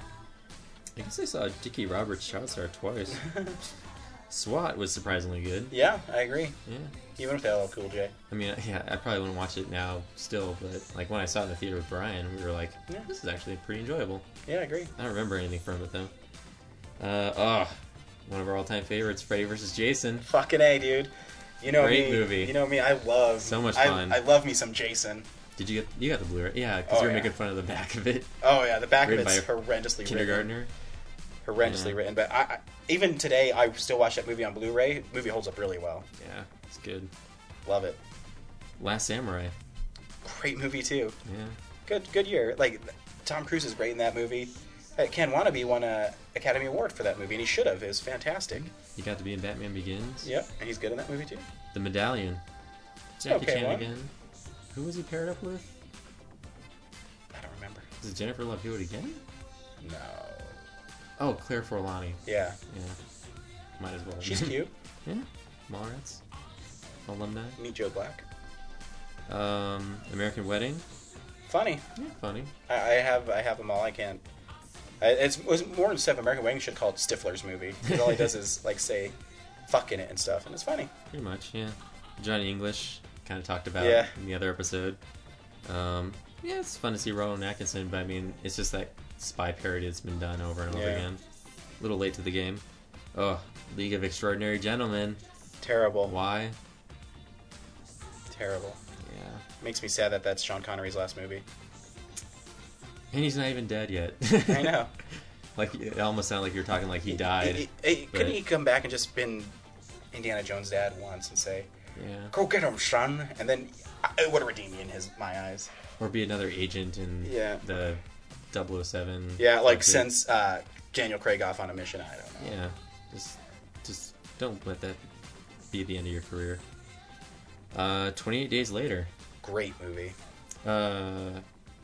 I guess I saw Dickie Roberts shot
[laughs]
star twice. SWAT was surprisingly good.
Yeah, I agree.
yeah.
Even with LL Cool J.
I mean, yeah, I probably wouldn't watch it now still, but like when I saw it in the theater with Brian, we were like,
Yeah.
this is actually pretty enjoyable.
Yeah, I agree.
I don't remember anything from it though. Uh, oh, one of our all time favorites, Freddy vs. Jason.
Fucking a, dude. You know
Great
me.
movie.
You know me. I love
So much
I-
fun.
I, love me some Jason.
Did you get you got the Blu ray? Yeah, because
Oh,
you were
yeah.
making fun of the back of it.
Oh yeah, the back
Written
of it's
by
horrendously written.
Kindergartner.
Horrendously
Yeah.
written, but I, I, even today I still watch that movie on Blu-ray. Movie holds up really well.
Yeah, it's good.
Love it.
Last Samurai.
Great movie too.
Yeah.
Good good year. Like Tom Cruise is great in that movie. Uh, Ken Wannabe won a Academy Award for that movie, and he should have. It was fantastic.
You got to be in Batman Begins.
Yep, and he's good in that movie too.
The Medallion. Jackie
okay
Chan
one.
again. Who was he paired up with?
I don't remember.
Is it Jennifer Love Hewitt again?
No.
Oh, Claire Forlani.
Yeah,
Yeah. Might as well. [laughs]
she's cute.
Yeah, Mallrats alumni.
Meet Joe Black.
Um, American Wedding.
Funny.
Yeah, funny.
I, I have I have them all. I can't. I, it's it was more than stuff. American Wedding should call it Stifler's movie. 'cause all he does is like say "fuck" in it and stuff, and it's funny.
Pretty much. Yeah. Johnny English kind of talked about
Yeah.
in the other episode. Um, yeah, it's fun to see Rowan Atkinson, but I mean, it's just that spy parody that's been done over and over
Yeah.
again. A little late to the game. Oh, League of Extraordinary Gentlemen.
Terrible,
Why?
terrible.
Yeah.
Makes me sad that that's Sean Connery's last movie.
And he's not even dead yet.
I know.
[laughs] like it almost sounded like you're talking like he died.
He- he- he- couldn't
but-
he come back and just been Indiana Jones' dad once and say,
yeah.
"Go get him, son," and then I- it would have redeemed me in his my eyes.
Or be another agent in
Yeah.
the 007.
Yeah, like
Like,
since uh, Daniel Craig off on a mission. I don't know.
Yeah, just just don't let that be the end of your career. Uh, 28 days later.
Great movie.
Uh,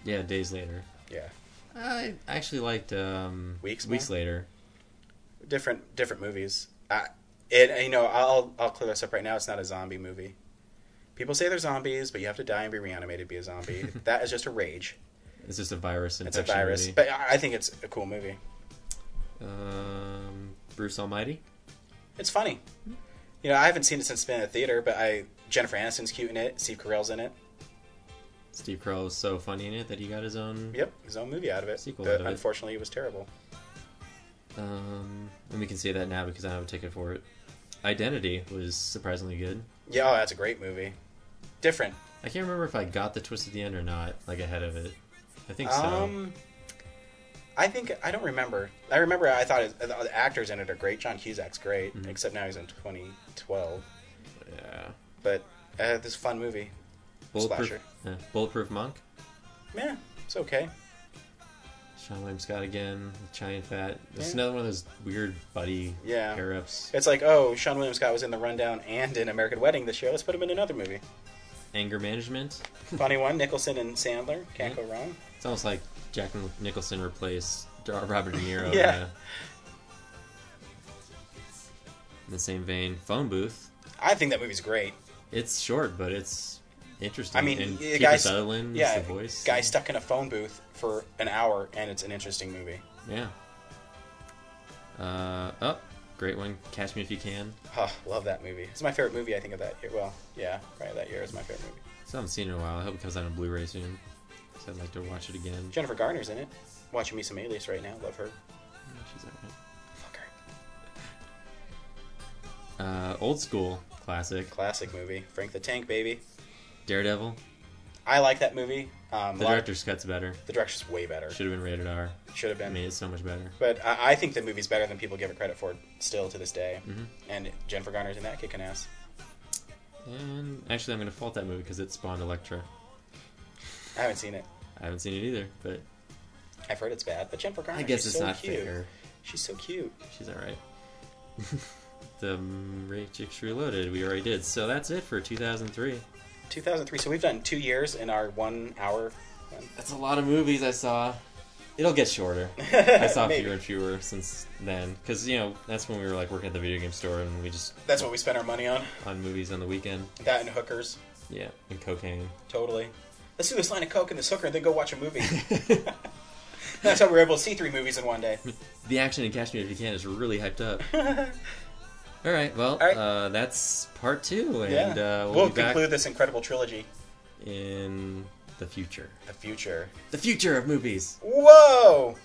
yeah, days later.
Yeah,
I actually liked um,
Weeks
weeks later.
different different movies. I, it you know I'll I'll clear this up right now. It's not a zombie movie. People say they're zombies, but you have to die and be reanimated to be a zombie.
[laughs]
that is just a rage.
It's just a virus
It's
infection.
a virus,
movie.
but I I think it's a cool movie.
um, Bruce Almighty.
It's funny. You know, I haven't seen it since it's been in the theater, but I Jennifer Aniston's cute in it. Steve Carell's in it.
Steve Carell was so funny in it that he got his own.
Yep, his own movie out of it.
Sequel
but
out of it.
unfortunately, it was terrible.
Um, and we can say that now because I don't have a ticket for it. Identity was surprisingly good.
Yeah, oh, that's a great movie. Different.
I can't remember if I got the twist at the end or not, like ahead of it. I think so.
Um, I think I don't remember. I remember I thought it, the actors in it are great. John Cusack's great,
Mm-hmm.
except now he's in 2012.
Yeah.
But uh, this is a fun movie.
Bulletproof,
Slasher.
yeah. Bulletproof Monk.
Yeah, it's okay.
Sean William Scott again, Italian Fat. This is
Yeah.
another one of those weird buddy
Yeah.
pair ups.
It's like, oh, Sean William Scott was in The Rundown and in American Wedding this year. Let's put him in another
[laughs]
movie.
Anger management.
Funny one, Nicholson and Sandler. Can't go
Yeah.
wrong.
It's almost like Jack Nicholson replaced Robert De Niro.
[laughs] Yeah.
uh, in the same vein, phone booth.
I think that movie's great.
It's short, but it's interesting.
I mean,
and
the
Kiefer
guy's-
Sutherland is
yeah,
Mm, the voice.
guy stuck in a phone booth for an hour, and it's an interesting movie.
Yeah. Uh, oh, great one. Catch Me If You Can.
Oh, love that movie. It's my favorite movie, I think, of that year. Well, yeah, probably that year is my favorite movie.
Still haven't seen it in a while. I hope it comes out on Blu-ray soon. 'cause I'd like to watch it again.
Jennifer Garner's in it. Watching me some Alias right now. Love her.
Yeah, she's alright.
Fuck her.
Uh, old school classic.
Classic movie. Frank the Tank, baby.
Daredevil.
I like that movie. Um,
The
lot-
director's cut's better.
the direction's way better.
Should have been rated R.
Should have
I
been.
mean, it's so much better.
But I, I think the movie's better than people give it credit for still to this day.
Mm-hmm.
And Jennifer Garner's in that kicking ass.
And actually, I'm gonna fault that movie because it spawned Elektra.
I haven't seen it.
I haven't seen it either, but
I've heard it's bad, but Jennifer Garner.
I guess
she's
it's
so
not
cute.
fair.
She's so cute.
She's all right. [laughs] the Rate Chicks Reloaded we already did, so that's it for 2003.
2003. So we've done two years in our one hour. One.
That's a lot of movies I saw. It'll
[laughs]
get shorter. I saw
Maybe.
fewer and fewer since then, because you know that's when we were like working at the video game store and we just
That's what we spent our money on.
on movies on the weekend.
That and hookers.
Yeah, and cocaine.
Totally. Let's do this line of coke and this hooker, and then go watch a
[laughs]
movie. [laughs] That's how we were able to see three movies in one day.
The action in Catch Me If You Can is really
[laughs]
hyped up. All right, well,
right.
Uh, that's part two,
Yeah.
and uh,
we'll
we'll, be back
conclude this incredible trilogy.
in the future.
The future.
The future of movies.
Whoa!